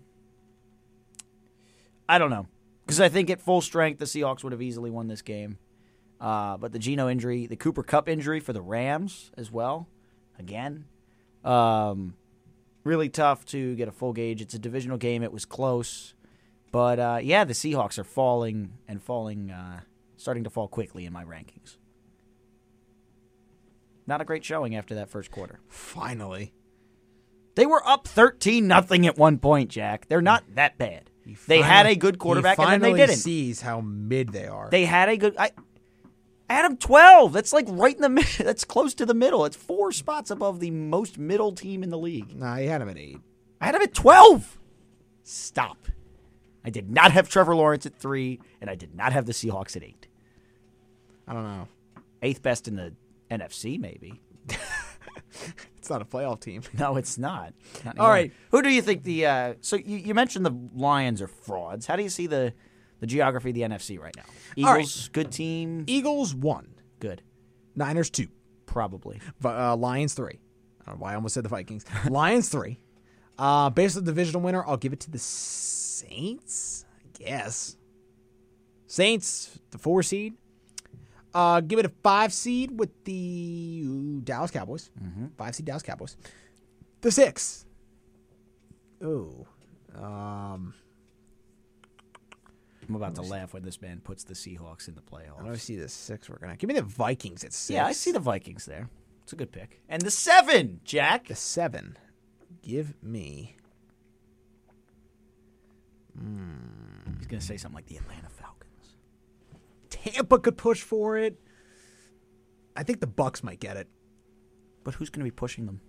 I don't know, because I think at full strength, the Seahawks would have easily won this game. Uh, but the Geno injury, the Cooper Cup injury for the Rams as well, again, um, really tough to get a full gauge. It's a divisional game; it was close, but uh, yeah, the Seahawks are falling and falling, uh, starting to fall quickly in my rankings. Not a great showing after that first quarter. Finally. They were up 13 nothing at one point, Jack. They're not that bad. They had a good quarterback he and then they finally didn't. sees how mid they are. They had a good I Adam 12. That's like right in the mid [LAUGHS] That's close to the middle. It's four spots above the most middle team in the league. nah, he had him at eight. I had him at 12. Stop. I did not have Trevor Lawrence at 3 and I did not have the Seahawks at 8. I don't know. Eighth best in the NFC maybe. [LAUGHS] It's not a playoff team. [LAUGHS] No, it's not. Not All anymore. right. Who do you think the uh, so you, you mentioned the Lions are frauds. How do you see the the geography of the NFC right now? All right. Eagles, good team, Eagles one, good, Niners two, probably. Vi- uh, Lions three. I don't know why I almost said the [LAUGHS] Vikings. Lions three. Uh, based on the divisional winner, I'll give it to the Saints. I guess. Saints, the four seed. Uh, give it a five seed with the ooh, Dallas Cowboys. Mm-hmm. Five seed Dallas Cowboys. The six. Oh, um, I'm about to laugh when this man puts the Seahawks in the playoffs. I don't see the six. We're gonna give me the Vikings at six. yeah, I see the Vikings there. It's a good pick. And the seven, Jack. The seven. Give me. He's gonna say something like the Atlanta Falcons. Tampa could push for it. I think the Bucks might get it. But who's gonna be pushing them?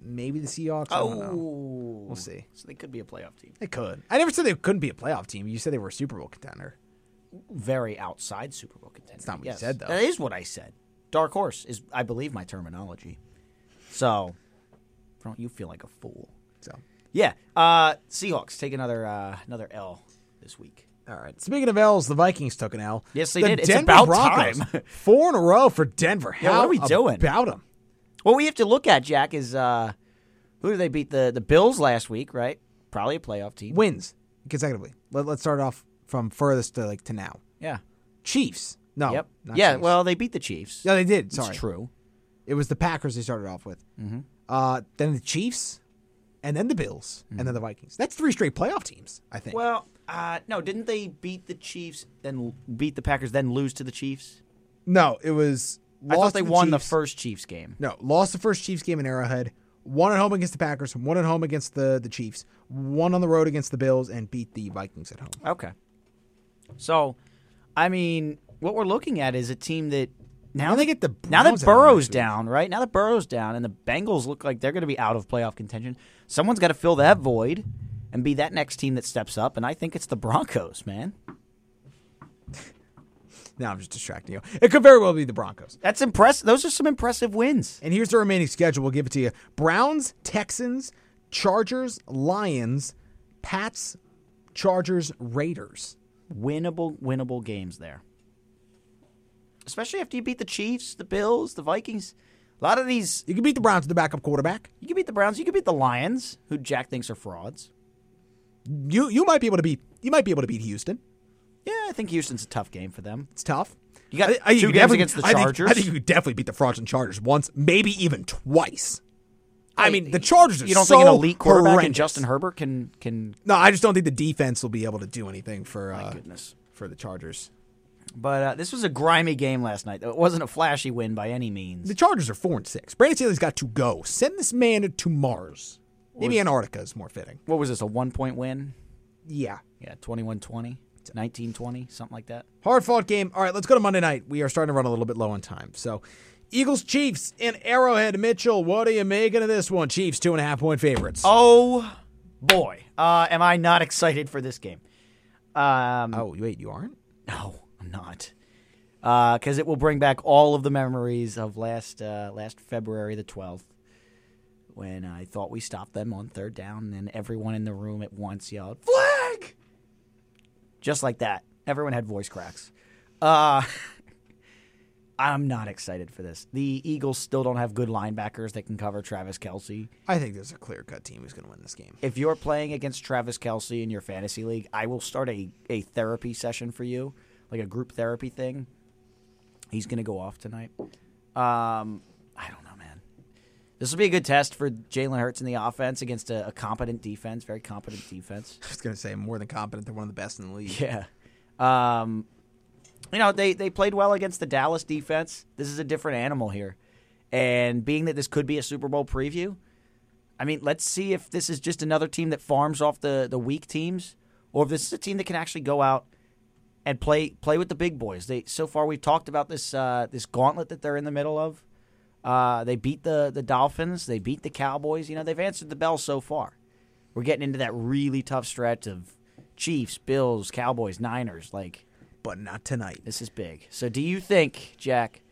Maybe the Seahawks. I don't know. Oh, we'll see. So they could be a playoff team. They could. I never said they couldn't be a playoff team. You said they were a Super Bowl contender. very outside Super Bowl contender. That's not what you said, though. That is what I said. Dark horse is, I believe, my terminology. So, don't you feel like a fool? So, Yeah. Uh, Seahawks take another uh, another L this week. all right. Speaking of L's, the Vikings took an L. Yes, they The did. It's Denver about Broncos, [LAUGHS] time. Four in a row for Denver. How Yeah, what are we doing? about them? What we have to look at, Jack, is uh, who did they beat? The the Bills last week, right? Probably a playoff team. Wins consecutively. Let, let's start off from furthest to like to now. Yeah. Chiefs. No. yep. Oh, not Yeah. Chiefs. Well, they beat the Chiefs. Yeah, they did. Sorry. It's true. It was the Packers they started off with. Uh, then the Chiefs, and then the Bills, and then the Vikings. That's three straight playoff teams, I think. Well, uh, no, didn't they beat the Chiefs, then l- beat the Packers, then lose to the Chiefs? no, it was. I thought lost they to won the Chiefs- first Chiefs game. No, lost the first Chiefs game in Arrowhead. One at home against the Packers. One at home against the the Chiefs. One on the road against the Bills, and beat the Vikings at home. Okay. So, I mean, what we're looking at is a team that now Now that, they get the now that Browns at home Burrow's next week. down, right? Now that Burrow's down, and the Bengals look like they're going to be out of playoff contention. Someone's got to fill that void and be that next team that steps up, and I think it's the Broncos, man. Now I'm just distracting you. It could very well be the Broncos. That's impressive. Those are some impressive wins. And here's the remaining schedule. We'll give it to you: Browns, Texans, Chargers, Lions, Pats, Chargers, Raiders. Winnable, winnable games there. Especially after you beat the Chiefs, the Bills, the Vikings. A lot of these, You can beat the Browns with the backup quarterback. you can beat the Browns, you can beat the Lions, who Jack thinks are frauds. You you might be able to beat you might be able to beat Houston. Yeah, I think Houston's a tough game for them. It's tough. You got think two you games definitely- against the I think- Chargers. I think, you could definitely beat the fraudulent Chargers once, maybe even twice. I Wait, mean, the Chargers are You don't so think an elite quarterback horrendous. and Justin Herbert can can No, I just don't think the defense will be able to do anything for uh, goodness. for the Chargers. But uh, this was a grimy game last night. though. It wasn't a flashy win by any means. The Chargers are four and six. Brandon Staley's got to go. Send this man to Mars. Maybe Antarctica is more fitting. What was this? A one point win? Yeah. Yeah, 21-20, 19-20, something like that. Hard fought game. All right, let's go to Monday night. We are starting to run a little bit low on time. So, Eagles, Chiefs, in Arrowhead. Mitchell, what are you making of this one? Chiefs, two and a half point favorites. Oh boy, uh, am I not excited for this game? Um, oh wait, you aren't? No, I'm not. Because it will bring back all of the memories of last uh, last February the 12th when I thought we stopped them on third down and everyone in the room at once yelled, Flag! Just like that. Everyone had voice cracks. Uh, [LAUGHS] I'm not excited for this. The Eagles still don't have good linebackers that can cover Travis Kelsey. I think there's a clear cut team who's going to win this game. If you're playing against Travis Kelsey in your fantasy league, I will start a, a therapy session for you, like a group therapy thing. He's going to go off tonight. Um, I don't know, man. This will be a good test for Jalen Hurts in the offense against a, a competent defense, very competent defense. [LAUGHS] I was going to say more than competent. They're one of the best in the league. Yeah. Um, you know, they, they played well against the Dallas defense. This is a different animal here. And being that this could be a Super Bowl preview, I mean, let's see if this is just another team that farms off the, the weak teams or if this is a team that can actually go out and play play with the big boys. They so far we've talked about this uh, this gauntlet that they're in the middle of. Uh, they beat the the Dolphins, they beat the Cowboys. You know, they've answered the bell so far. We're getting into that really tough stretch of Chiefs, Bills, Cowboys, Niners. Like but not tonight. this is big. So, do you think, Jack?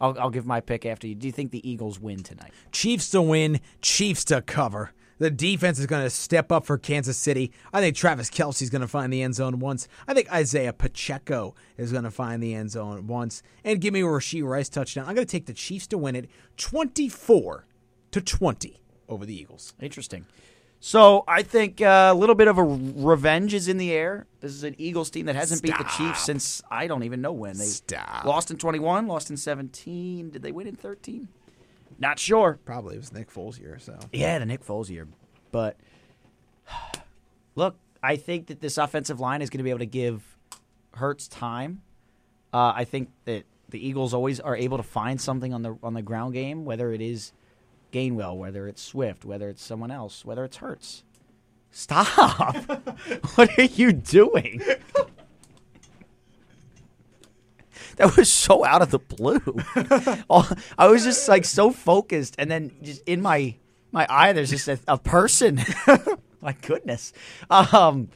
I'll, I'll give my pick after you. Do you think the Eagles win tonight? Chiefs to win, Chiefs to cover. The defense is going to step up for Kansas City. I think Travis Kelsey's going to find the end zone once. I think Isaiah Pacheco is going to find the end zone once. And give me a Rasheed Rice touchdown. I'm going to take the Chiefs to win it 24 to 20 over the Eagles. Interesting. So, I think uh, a little bit of a revenge is in the air. This is an Eagles team that hasn't beat the Chiefs since I don't even know when. They Stop. lost in 21, lost in 17. Did they win in 13? Not sure. Probably it was Nick Foles' year, so. Yeah, the Nick Foles year. But [SIGHS] look, I think that this offensive line is going to be able to give Hertz time. Uh, I think that the Eagles always are able to find something on the on the ground game, whether it is Gainwell, whether it's Swift, whether it's someone else, whether it's Hertz. Stop! [LAUGHS] what are you doing? [LAUGHS] That was so out of the blue. [LAUGHS] All, I was just like so focused, and then just in my my eye, there's just a, a person. [LAUGHS] my goodness. Um,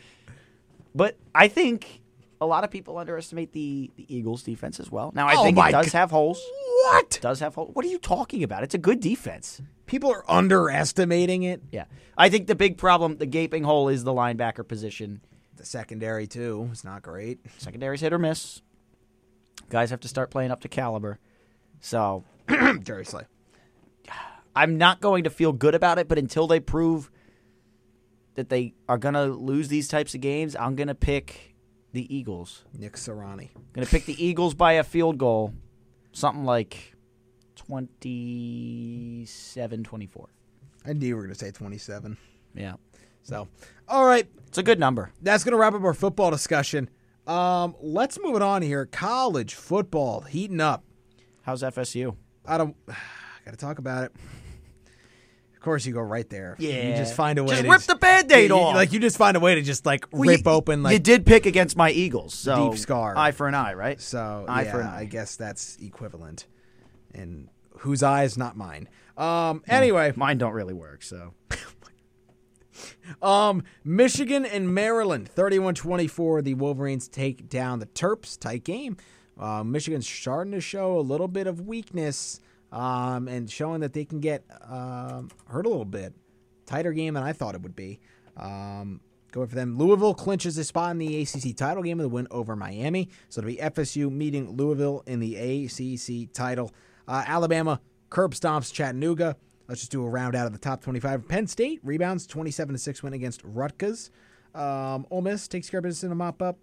but I think a lot of people underestimate the the Eagles' defense as well. Now I Oh think my it does g- have holes. What? Does have holes? What are you talking about? It's a good defense. People are underestimating it. Yeah, I think the big problem, the gaping hole, is the linebacker position. The secondary, too, is not great. [CLEARS THROAT] Secondary's hit or miss. Guys have to start playing up to caliber. So Jerry Slay. I'm not going to feel good about it, but until they prove that they are going to lose these types of games, I'm going to pick the Eagles. Nick Serrani. I'm going to pick the Eagles by a field goal, something like 27 24. I knew you were going to say 27. Yeah. So, all right. It's a good number. that's going to wrap up our football discussion. Um, let's move it on here. College football heating up. How's FSU? I don't. [SIGHS] got to talk about it. Of course, you go right there. you Yeah. just find a way. Just to rip the Band-Aid Yeah, you- off. Like you just find a way to just like rip open like you did pick against my Eagles. So Deep scar. Eye for an eye, right? So eye yeah, for an eye. I guess that's equivalent. And whose eyes, not mine. Um. Hmm. Anyway, Mine don't really work. So Um, Michigan and Maryland, 31-24. The Wolverines take down the Terps. Tight game. Uh, Michigan's starting to show a little bit of weakness um, and showing that they can get um, hurt a little bit. Tighter game than I thought it would be. Um, going for them. Louisville clinches a spot in the ACC title game with a win over Miami. So it'll be FSU meeting Louisville in the ACC title. Uh, Alabama curb stomps Chattanooga. Let's just do a round out of the top 25. Penn State rebounds 27 to 6 win against Rutgers. Um, Ole Miss takes care of business in a mop up.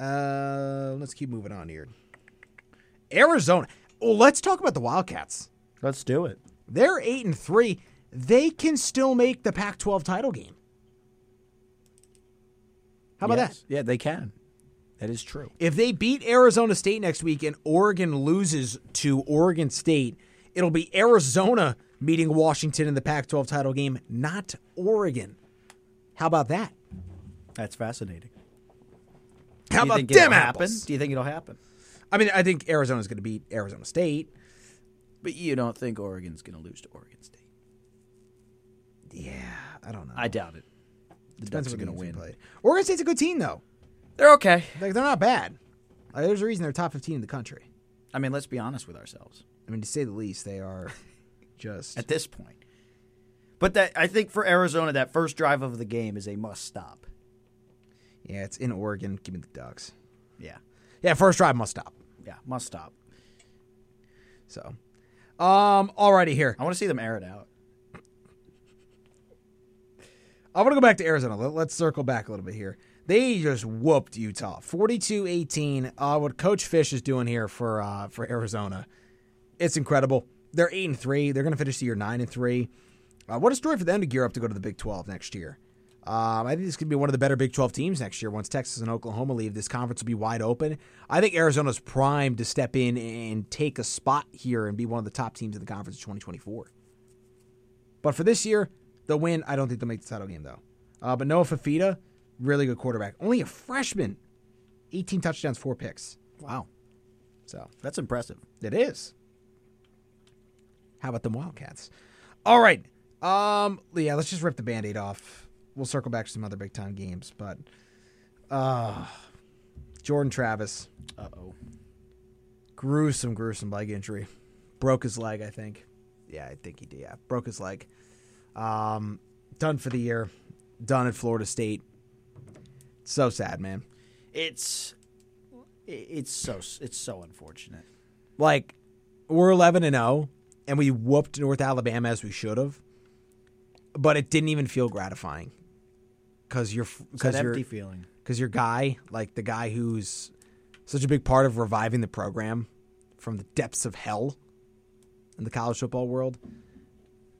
Uh, let's keep moving on here. Arizona. Well, let's talk about the Wildcats. let's do it. They're 8 and 3. They can still make the Pac 12 title game. How about that? Yeah, they can. That is true. If they beat Arizona State next week and Oregon loses to Oregon State, it'll be Arizona meeting Washington in the Pac 12 title game, not Oregon. How about that? That's fascinating. How Do you about think it'll them happen? apples? Do you think it'll happen? I mean, I think Arizona's going to beat Arizona State. But you don't think Oregon's going to lose to Oregon State? Yeah, I don't know. I doubt it. The Depends Ducks are what going to teams we win. played. Oregon State's a good team, though. They're okay. Like, they're not bad. Like, there's a reason they're top 15 in the country. I mean, let's be honest with ourselves I mean, to say the least, they are just. at this point. But that I think for Arizona, that first drive of the game is a must stop. Yeah, it's in Oregon. Give me the Ducks. Yeah, Yeah, first drive must stop. yeah, must stop. So, um, alrighty here. I want to see them air it out. I want to go back to Arizona. Let- Let's circle back a little bit here. They just whooped Utah 42 18. Uh, what Coach Fish is doing here for uh, for Arizona, it's incredible. They're 8 and 3. They're going to finish the year 9 and 3. Uh, what a story for them to gear up to go to the Big 12 next year. Um, I think this could be one of the better Big 12 teams next year. Once Texas and Oklahoma leave, this conference will be wide open. I think Arizona's primed to step in and take a spot here and be one of the top teams in the conference in 2024. But for this year, they'll win. I don't think they'll make the title game, though. Uh, but Noah Fafita, really good quarterback. Only a freshman, 18 touchdowns, four picks. Wow, So that's impressive. it is. How about them Wildcats? All right. Um, yeah, let's just rip the band-aid off. We'll circle back to some other big time games, but uh Jordan Travis, Uh oh. gruesome, gruesome leg injury. Broke his leg, I think. Yeah, I think he did. Yeah, broke his leg. Um, done for the year. Done at Florida State. So sad, man. It's it- it's so it's so unfortunate. like we're 11 and 0 and we whooped North Alabama as we should have but it didn't even feel gratifying cuz you're It's an cuz empty you're feeling. cuz your guy like the guy who's such a big part of reviving the program from the depths of hell in the college football world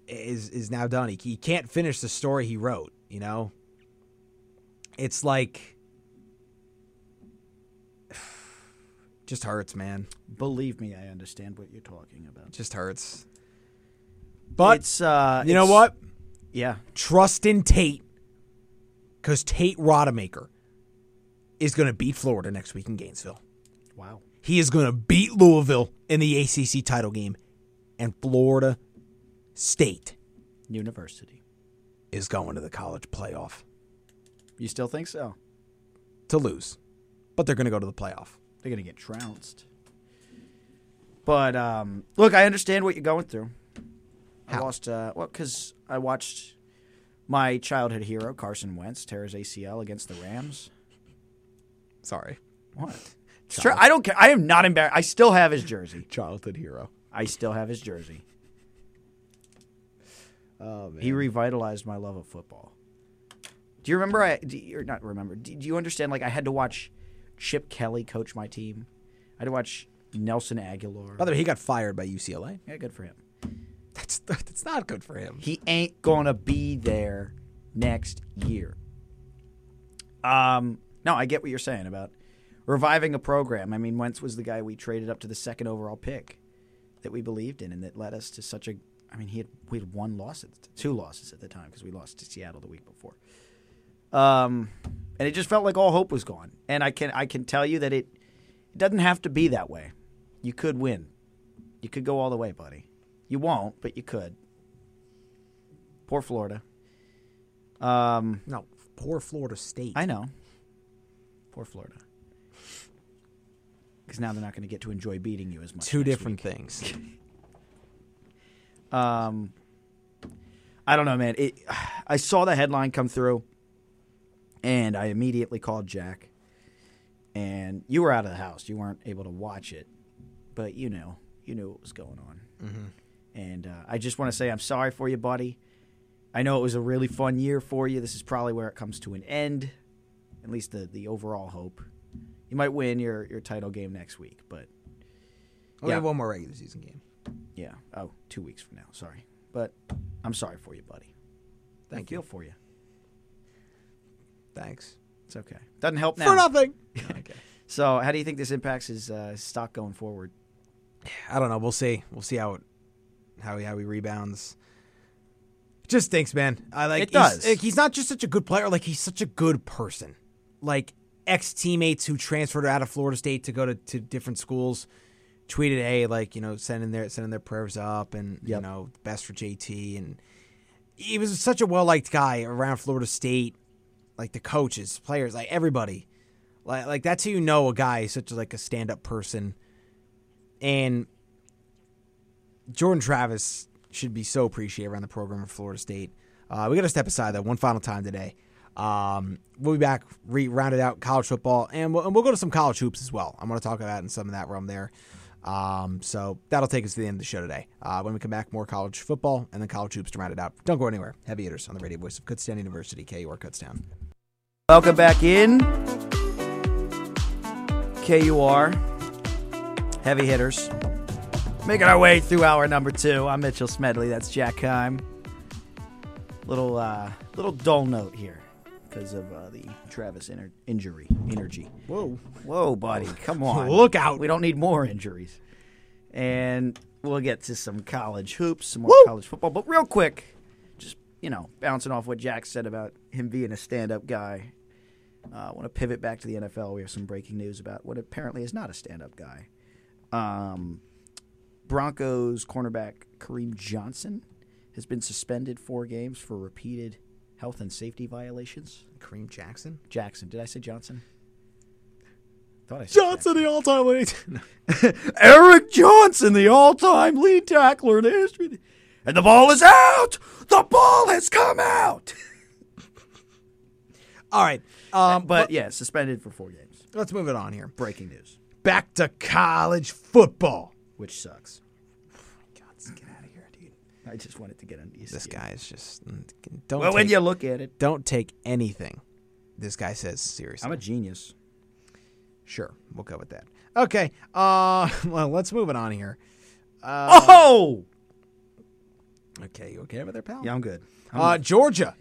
is is now done he, he can't finish the story he wrote you know it's like [SIGHS] just hurts man Believe me, I understand what you're talking about. just hurts. But it's uh, you know it's- what? Yeah, Trust in Tate, because Tate Rodemaker is going to beat Florida next week in Gainesville. wow. He is going to beat Louisville in the ACC title game, and Florida State University. is going to the college playoff You still think so? to lose, but they're going to go to the playoff. They're gonna get trounced. But um, look, I understand what you're going through. I How? lost. Uh, well, because I watched my childhood hero Carson Wentz tear his ACL against the Rams. Sorry, What? Sure, I don't care. I am not embarrassed. I still have his jersey. childhood hero. I still have his jersey. He revitalized my love of football. Do you remember? I do you, or not remember? Do, do you understand? Like I had to watch Chip Kelly coach my team. I had to watch Nelson Aguilar. By the way, he got fired by UCLA. yeah, good for him. [LAUGHS] That's that's not good for him. He ain't gonna be there next year. Um, no, I get what you're saying about reviving a program. I mean, Wentz was the guy we traded up to the second overall pick that we believed in, and that led us to such a. I mean, he had we had one loss, at the, two losses at the time because we lost to Seattle the week before. Um, and it just felt like all hope was gone. And I can I can tell you that it, it doesn't have to be that way. You could win. You could go all the way, buddy. You won't, but you could. Poor Florida. Um, No, poor Florida State. I know. Poor Florida. Because now they're not going to get to enjoy beating you as much. Two next different things. week. Um, I don't know, man. It, I saw the headline come through, and I immediately called Jack. And you were out of the house; you weren't able to watch it, but you know, you knew what was going on. And uh, I just want to say I'm sorry for you, buddy. I know it was a really fun year for you. This is probably where it comes to an end, at least the the overall hope. You might win your your title game next week, but [LAUGHS] We Yeah. have one more regular season game. yeah. Oh, two weeks from now. Sorry, but I'm sorry for you, buddy. Thank I feel you. for you. Thanks. It's okay. Doesn't help For now. nothing. [LAUGHS] okay. So, how do you think this impacts his uh, his stock going forward? I don't know. We'll see. We'll see how it, how he how he rebounds. Just stinks, man. I like It he's- does. like, he's not just such a good player. Like he's such a good person. Like ex teammates who transferred out of Florida State to go to, to different schools tweeted, "Hey, like you know, sending their sending their prayers up, and you Yep. know, best for JT." And he was such a well liked guy around Florida State. Like the coaches, players, like everybody. Like like that's who you know a guy is such a, like a stand up person. And Jordan Travis should be so appreciated around the program at Florida State. Uh, we got to step aside though one final time today. Um, we'll be back, re- rounded out college football, and we'll, and we'll go to some college hoops as well. I'm going to talk about in some of that realm there. Um, so that'll take us to the end of the show today. Uh, when we come back, more college football and then college hoops to round it out. Don't go anywhere. Heavy hitters on the radio voice of Kutztown University, KUR Kutztown. Welcome back in. KUR. Heavy hitters. Making our way through hour number two. I'm Mitchell Smedley. That's Jack Heim. Little uh little dull note here. because of uh, the Travis inner injury. Energy. Whoa. [LAUGHS] Whoa, buddy, come on. Look out. We don't need more injuries. And we'll get to some college hoops, some more Woo! college football. But real quick, just, you know, bouncing off what Jack said about him being a stand up guy, uh, I want to pivot back to the NFL. We have some breaking news about what apparently is not a stand up guy. Um, Broncos cornerback Kareem Johnson has been suspended four games for repeated health and safety violations. Kareem Jackson? Jackson, did I say Johnson? Thought I said Johnson, the all time lead. No. Eric Johnson, the all time lead tackler in history. And the ball is out! The ball has come [LAUGHS] out! [LAUGHS] All right. Um, But yeah, suspended for four games. let's move it on here. Breaking news, Back to college football. which sucks. God, get out of here, dude. I just wanted to get on ESPN. This guy is just mm, don't. [LAUGHS] Well, take, when you look at it, don't take anything this guy says seriously. I'm a genius. sure, we'll go with that. Okay. Uh, [LAUGHS] well, let's move it on here. oh! Okay, you okay over there, pal? Yeah, I'm good. I'm [LAUGHS] Uh, Georgia,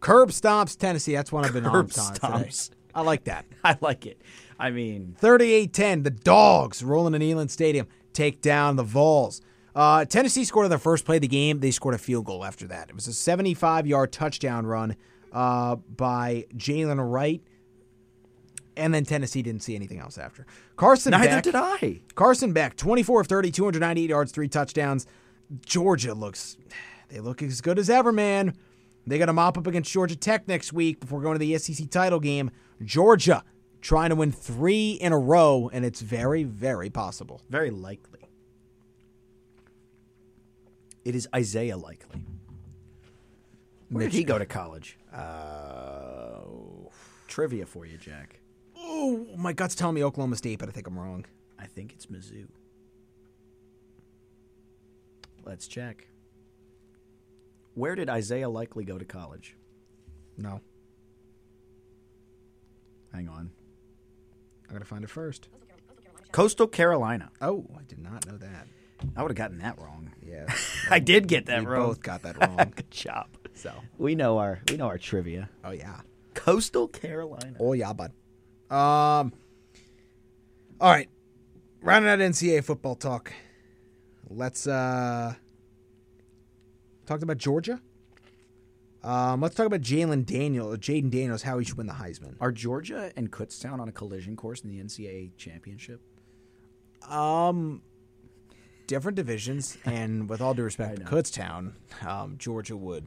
curb stomps Tennessee. That's one I've been Curb on today. stomps. I like that. I like it. I mean, 38-10, the Dogs rolling in Elan Stadium take down the Vols. Uh, Tennessee scored on their first play of the game. They scored a field goal after that. It was a 75-yard touchdown run uh, by Jalen Wright, and then Tennessee didn't see anything else after. Carson neither Beck, did I. Carson Beck, 24 of 30, 298 yards, three touchdowns. Georgia looks, they look as good as ever, man. They got to mop up against Georgia Tech next week before going to the SEC title game. Georgia trying to win three in a row, and it's very, very possible. Very likely. It is Isaiah likely. Where did he go to college? Uh, trivia for you, Jack. Oh, my gut's telling me Oklahoma State, but I think I'm wrong. I think it's Mizzou. Let's check. Where did Isaiah likely go to college? No, Hang on. I'm going to find it first. Coastal Carolina. Oh, I did not know that. I would have gotten that wrong. Yeah. I did get that we wrong. [LAUGHS] both got that wrong. Good job. so, We know our we know our trivia. oh, yeah. Coastal Carolina. Oh yeah, bud. Um. All right, rounding out NCAA football talk. Let's uh talk about Georgia. Um, let's talk about Jalen Daniel, Jaden Daniels, how he should win the Heisman. Are Georgia and Kutztown on a collision course in the NCAA championship? Um, different divisions, and with all due [LAUGHS] respect to know. Kutztown, um, Georgia would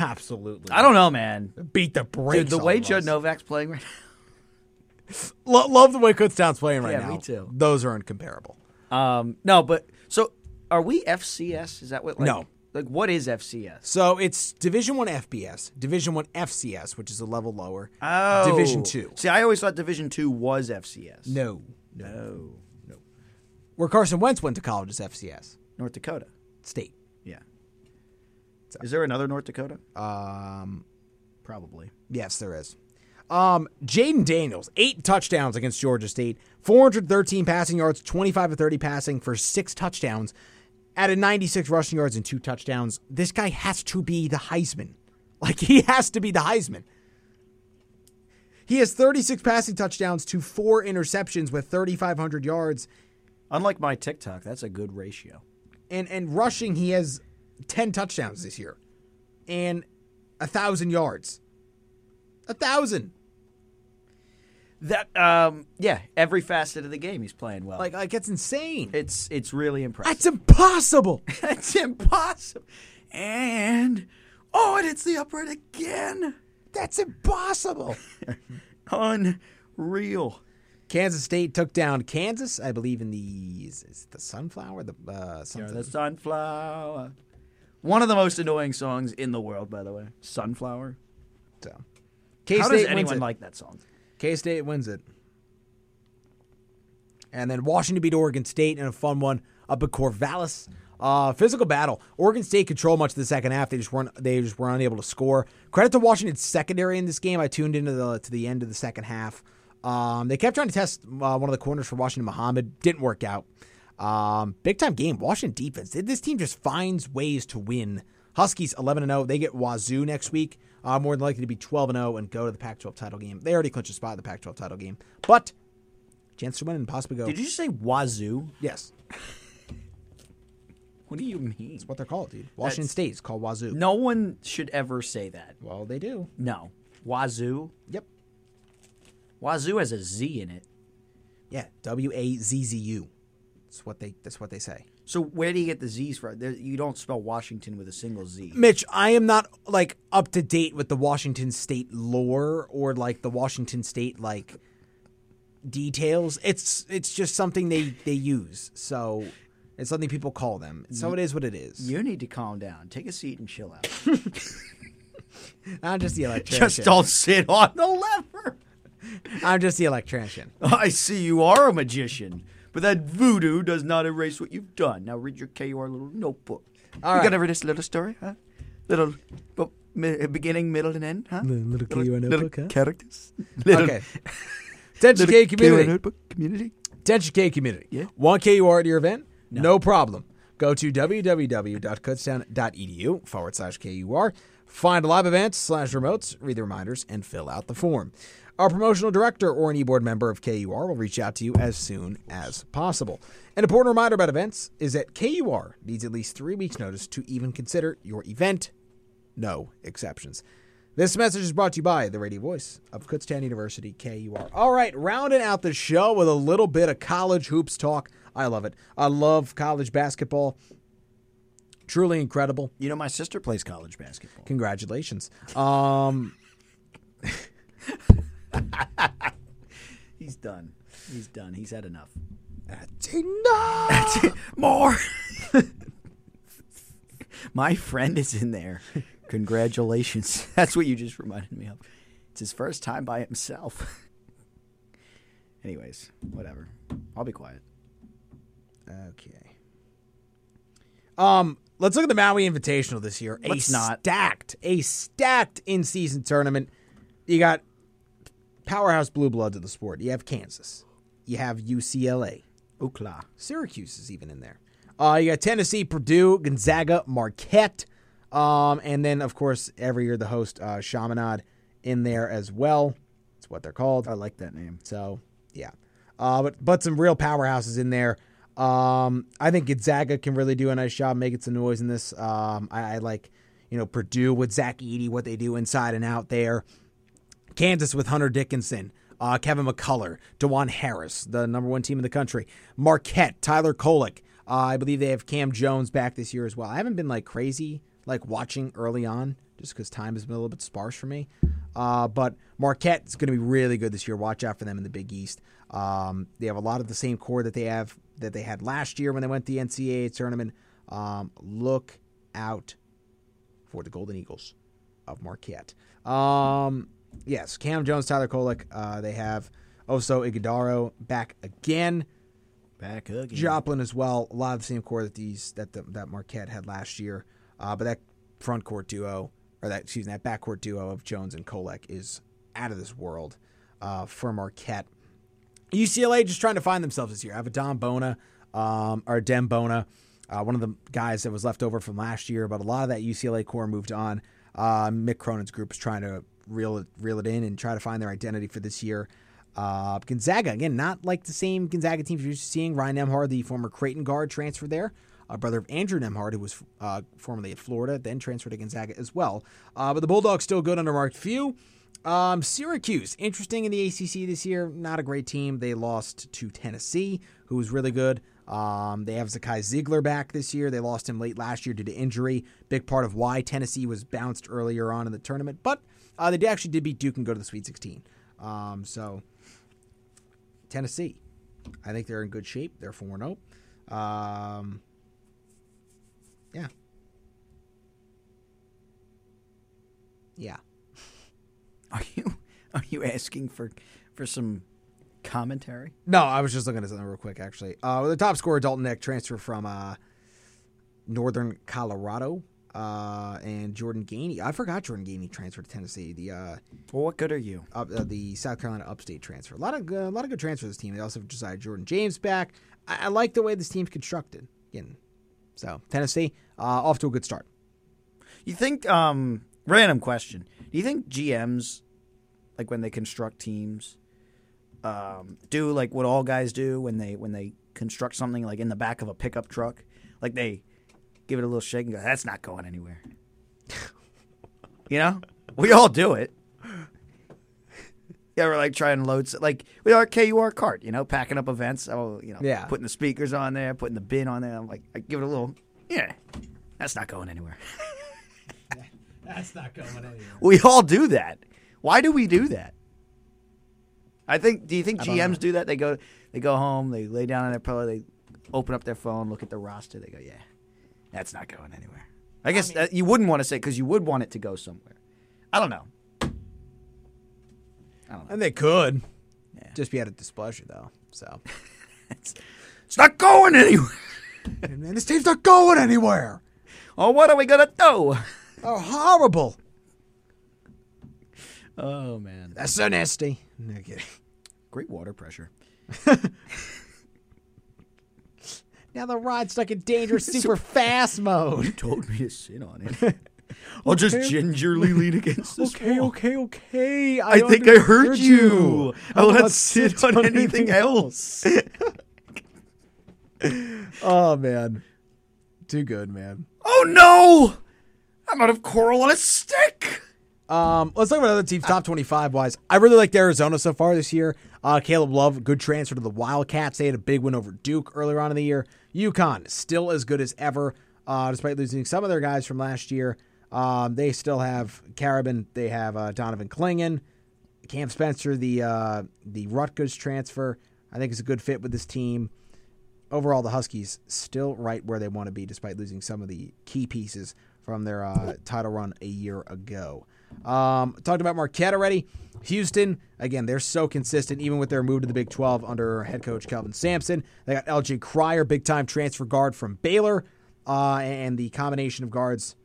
absolutely. I don't know, man. beat the brakes. Dude, the off way of Joe us. Novak's playing right Lo- love the way Kutztown's playing right Yeah, now. me too. Those are incomparable. now. Um, no, but so are we FCS? Is that what? Like, No. Like, what is FCS? So it's Division One FBS, Division One FCS, which is a level lower. Oh, Division Two. See, I always thought Division Two was FCS. No, no, no. where Carson Wentz went to college is FCS North Dakota. State. Yeah. Is there another North Dakota? Um, Probably. yes, there is. Um, Jaden Daniels, eight touchdowns against Georgia State, 413 passing yards, 25 to 30 passing for six touchdowns, added 96 rushing yards and two touchdowns. This guy has to be the Heisman. [LAUGHS] Like he has to be the Heisman. He has 36 passing touchdowns to four interceptions with 3,500 yards. Unlike my TikTok, that's a good ratio. and and rushing he has 10 touchdowns this year and a thousand yards a thousand That um, yeah, every facet of the game he's playing well. like like that's insane it's it's really impressive. that's impossible [LAUGHS] That's impossible. And oh, and it's the upright again. that's impossible Unreal. kansas state took down kansas i believe in the is, is it the sunflower the uh something The sunflower. One of the most annoying songs in the world, by the way. Sunflower. so. How does k-state wins anyone it like that song? k-state wins it and then washington beat oregon state in a fun one up at corvallis uh, physical battle. Oregon State controlled much of the second half. They just weren't. They just were unable to score. Credit to Washington's secondary in this game. I tuned into the to the end of the second half. Um, they kept trying to test uh, one of the corners for Washington Muhammad. Didn't work out. Um, big time game. Washington defense. This team just finds ways to win Huskies 11 and 0. They get Wazoo next week. Uh, more than likely to be 12 and 0 and go to the Pac 12 title game. They already clinched a spot in the Pac 12 title game, but chance to win and possibly go. Did you just say Wazoo? Yes, What do you mean? what they're called, dude. Washington That's- State is called Wazoo. No one should ever say that. Well, they do. No. Wazoo? Yep. Wazoo has a Z in it. Yeah. W A Z Z U. That's what they. That's what they say. So where do you get the Z's from? There, you don't spell Washington with a single Z. Mitch, I am not like up to date with the Washington State lore or like the Washington State like details. It's it's just something they they use. So it's something people call them. So it is what it is. You need to calm down. Take a seat and chill out. I'm [LAUGHS] just the electrician. Just don't sit on the lever. [LAUGHS] I'm just the [LAUGHS] electrician. I see you are a magician, but that voodoo does not erase what you've done. Now read your KUR little notebook. All you right. gonna read this little story, huh? Little bu- mi- beginning, middle, and end, huh? Little- little KUR notebook, huh? characters. [LAUGHS] Little, okay. Attention little K KUR community. notebook community. Attention K community. Yeah. One KUR at your event? No, problem. Go to www.kutztown.edu forward slash KUR. Find live events slash remotes, read the reminders, and fill out the form. Our promotional director or any board member of KUR will reach out to you as soon as possible. An important reminder about events is that KUR needs at least three weeks' notice to even consider your event. No exceptions. This message is brought to you by the radio voice of Kutztown University, KUR. All right, rounding out the show with a little bit of college hoops talk. I love it. I love college basketball. Truly incredible. You know, my sister plays college basketball. Congratulations. Um, He's done. He's done. He's had enough. no! [LAUGHS] More. My friend is in there. Congratulations. [LAUGHS] That's what you just reminded me of. It's his first time by himself. [LAUGHS] Anyways, whatever. I'll be quiet. Okay. Um, let's look at the Maui Invitational this year. A Let's not. stacked, a stacked in-season tournament. You got powerhouse blue bloods of the sport. You have Kansas. You have UCLA. Ookla. Syracuse is even in there. Uh, you got Tennessee, Purdue, Gonzaga, Marquette, um, and then of course every year the host uh, Chaminade in there as well. It's what they're called. I like that name. So yeah, uh, but but some real powerhouses in there. Um, I think Gonzaga can really do a nice job making some noise in this. Um, I, I like you know Purdue with Zach Eady, what they do inside and out there. Kansas with Hunter Dickinson, uh, Kevin McCullough, Dewan Harris, the number one team in the country. Marquette, Tyler Kolick. Uh, I believe they have Cam Jones back this year as well. I haven't been like crazy like watching early on just because time has been a little bit sparse for me. Uh, but Marquette is going to be really good this year. Watch out for them in the Big East. Um, they have a lot of the same core that they have that they had last year when they went to the NCAA tournament. Um, look out for the Golden Eagles of Marquette. Um, yes, Cam Jones, Tyler Kolick. Uh, they have Oso Igadaro back again. Back again. Joplin as well. A lot of the same core that these that the, that Marquette had last year. Uh, but that front court duo, or that excuse me, that backcourt duo of Jones and Kolek is out of this world uh, for Marquette. UCLA just trying to find themselves this year. I have a Don Bona, um, or Dem Bona, uh, one of the guys that was left over from last year, but a lot of that UCLA core moved on. Uh, Mick Cronin's group is trying to reel it, reel it in and try to find their identity for this year. Uh, Gonzaga, again, not like the same Gonzaga teams you're used to seeing. Ryan Nemhard, the former Creighton guard, transferred there. A brother of Andrew Nemhard, who was uh, formerly at Florida, then transferred to Gonzaga as well. Uh, but the Bulldogs still good under Mark Few. Um, Syracuse, interesting in the ACC this year. Not a great team. They lost to Tennessee, who was really good. Um, they have Zakai Ziegler back this year. They lost him late last year due to injury. Big part of why Tennessee was bounced earlier on in the tournament. But uh, they actually did beat Duke and go to the Sweet 16. Um, so Tennessee, I think they're in good shape. They're 4 0. Um, yeah. Yeah. [LAUGHS] Are you are you asking for for some commentary? No, I was just looking at something real quick, actually. Uh, the top scorer, Dalton Neck, transfer from uh, Northern Colorado. Uh, and Jordan Gainey. I forgot Jordan Gainey transferred to Tennessee, the uh, Well, what good are you? up, uh, the South Carolina upstate transfer. A lot of good, a lot of good transfers. This team. They also have Josiah Jordan James back. I, I like the way this team's constructed. Again, so Tennessee uh, off to a good start. You think um random question. Do you think GMs like when they construct teams um do like what all guys do when they when they construct something like in the back of a pickup truck? Like they give it a little shake and go, "That's not going anywhere." [LAUGHS] you know? We all do it. Yeah, we're like trying to load s- like with our KUR cart, you know, packing up events. Oh, you know, Yeah. putting the speakers on there, putting the bin on there. I'm like, I give it a little, yeah, that's not going anywhere. [LAUGHS] That's not going anywhere. We all do that. Why do we do that? I think. Do you think don't know. GMs do that? They go, they go home, they lay down on their pillow, they open up their phone, look at the roster, they go, yeah, that's not going anywhere. I guess that you wouldn't want to say because you would want it to go somewhere. I don't know. And they could just be out of displeasure though. [LAUGHS] So, It's not going anywhere. [LAUGHS] man, this team's not going anywhere. Oh, what are we gonna do? Oh, horrible. [LAUGHS] Oh man, That's so nasty. No kidding. great water pressure. Now the rod's stuck in [LAUGHS] danger super fast mode. [LAUGHS] Told me to sit on it. [LAUGHS] I'll just gingerly lean against this [LAUGHS] Okay, okay, okay. I think I heard understood you. I will will not sit on anything else. Oh man, too good, man. Oh no! I'm out of coral on a stick! Um, let's talk about other teams. Top twenty-five wise, I really liked Arizona so far this year. Uh, Caleb Love, good transfer to the Wildcats. They had a big win over Duke earlier on in the year. UConn still as good as ever, uh, despite losing some of their guys from last year. Um, they still have Carabin. They have uh, Donovan Klingon. Cam Spencer, the uh, the Rutgers transfer, I think is a good fit with this team. Overall, the Huskies still right where they want to be, despite losing some of the key pieces from their uh, title run a year ago. Um, talked about Marquette already. Houston, again, they're so consistent, even with their move to the Big 12 under head coach Calvin Sampson. They got LJ Crier, big time transfer guard from Baylor, uh, and the combination of guards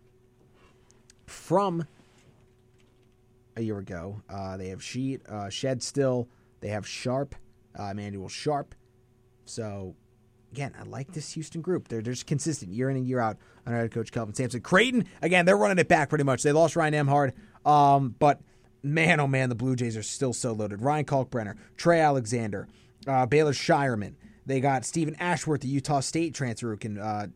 from a year ago. Uh, they have Sheet, uh, Shed still. They have Sharp, uh, Emmanuel Sharp. So, again, I like this Houston group. They're, they're just consistent year in and year out under head coach Calvin Sampson. Creighton, again, they're running it back pretty much. They lost Ryan Emhard, um, but man, oh man, the Blue Jays are still so loaded. Ryan Kalkbrenner, Trey Alexander, uh, Baylor Shireman. They got Stephen Ashworth, the Utah State transfer, who can uh,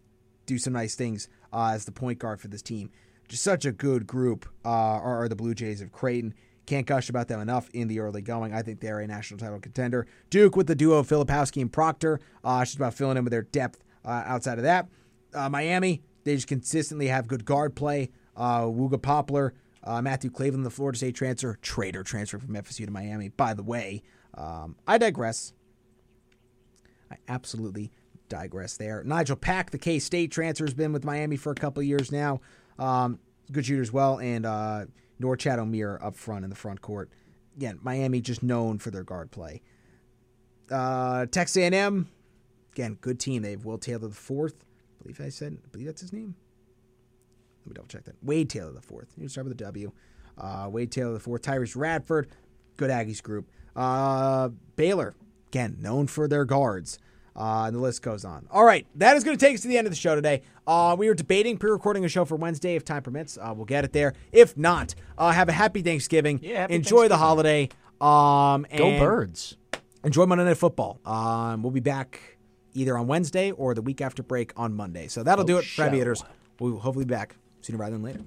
do some nice things uh, as the point guard for this team. Just such a good group uh, are, are the Blue Jays of Creighton. Can't gush about them enough in the early going. I think they're a national title contender. Duke with the duo of Filipowski and Proctor. Uh, it's just about filling in with their depth uh, outside of that. Uh, Miami, they just consistently have good guard play. Uh, Wooga Poplar, uh, Matthew Cleveland, the Florida State transfer, trader transfer from FSU to Miami, by the way. Um, I digress. I absolutely digress there. Nigel Pack, the K State transfer, has been with Miami for a couple years now. Um, good shooter as well, and uh, Norchad O'Meara up front in the front court. Again, Miami just known for their guard play. Uh, Texas A&M, again, good team. They have Will Taylor the fourth. I believe I said. I believe that's his name. Let me double check that. Wade Taylor the fourth. You start with a W. Uh, Wade Taylor the fourth. Tyrese Radford, good Aggies group. Uh, Baylor, again known for their guards. Uh, and the list goes on. All right, that is going to take us to the end of the show today. Uh, we were debating pre-recording a show for Wednesday if time permits. Uh, we'll get it there. If not, uh, have a happy Thanksgiving. Yeah, happy Enjoy the Thanksgiving. holiday. Um, and birds. enjoy Monday Night Football. Um, we'll be back either on Wednesday or the week after break on Monday. So that'll do it for show. Aviators. We'll hopefully be back sooner rather than later.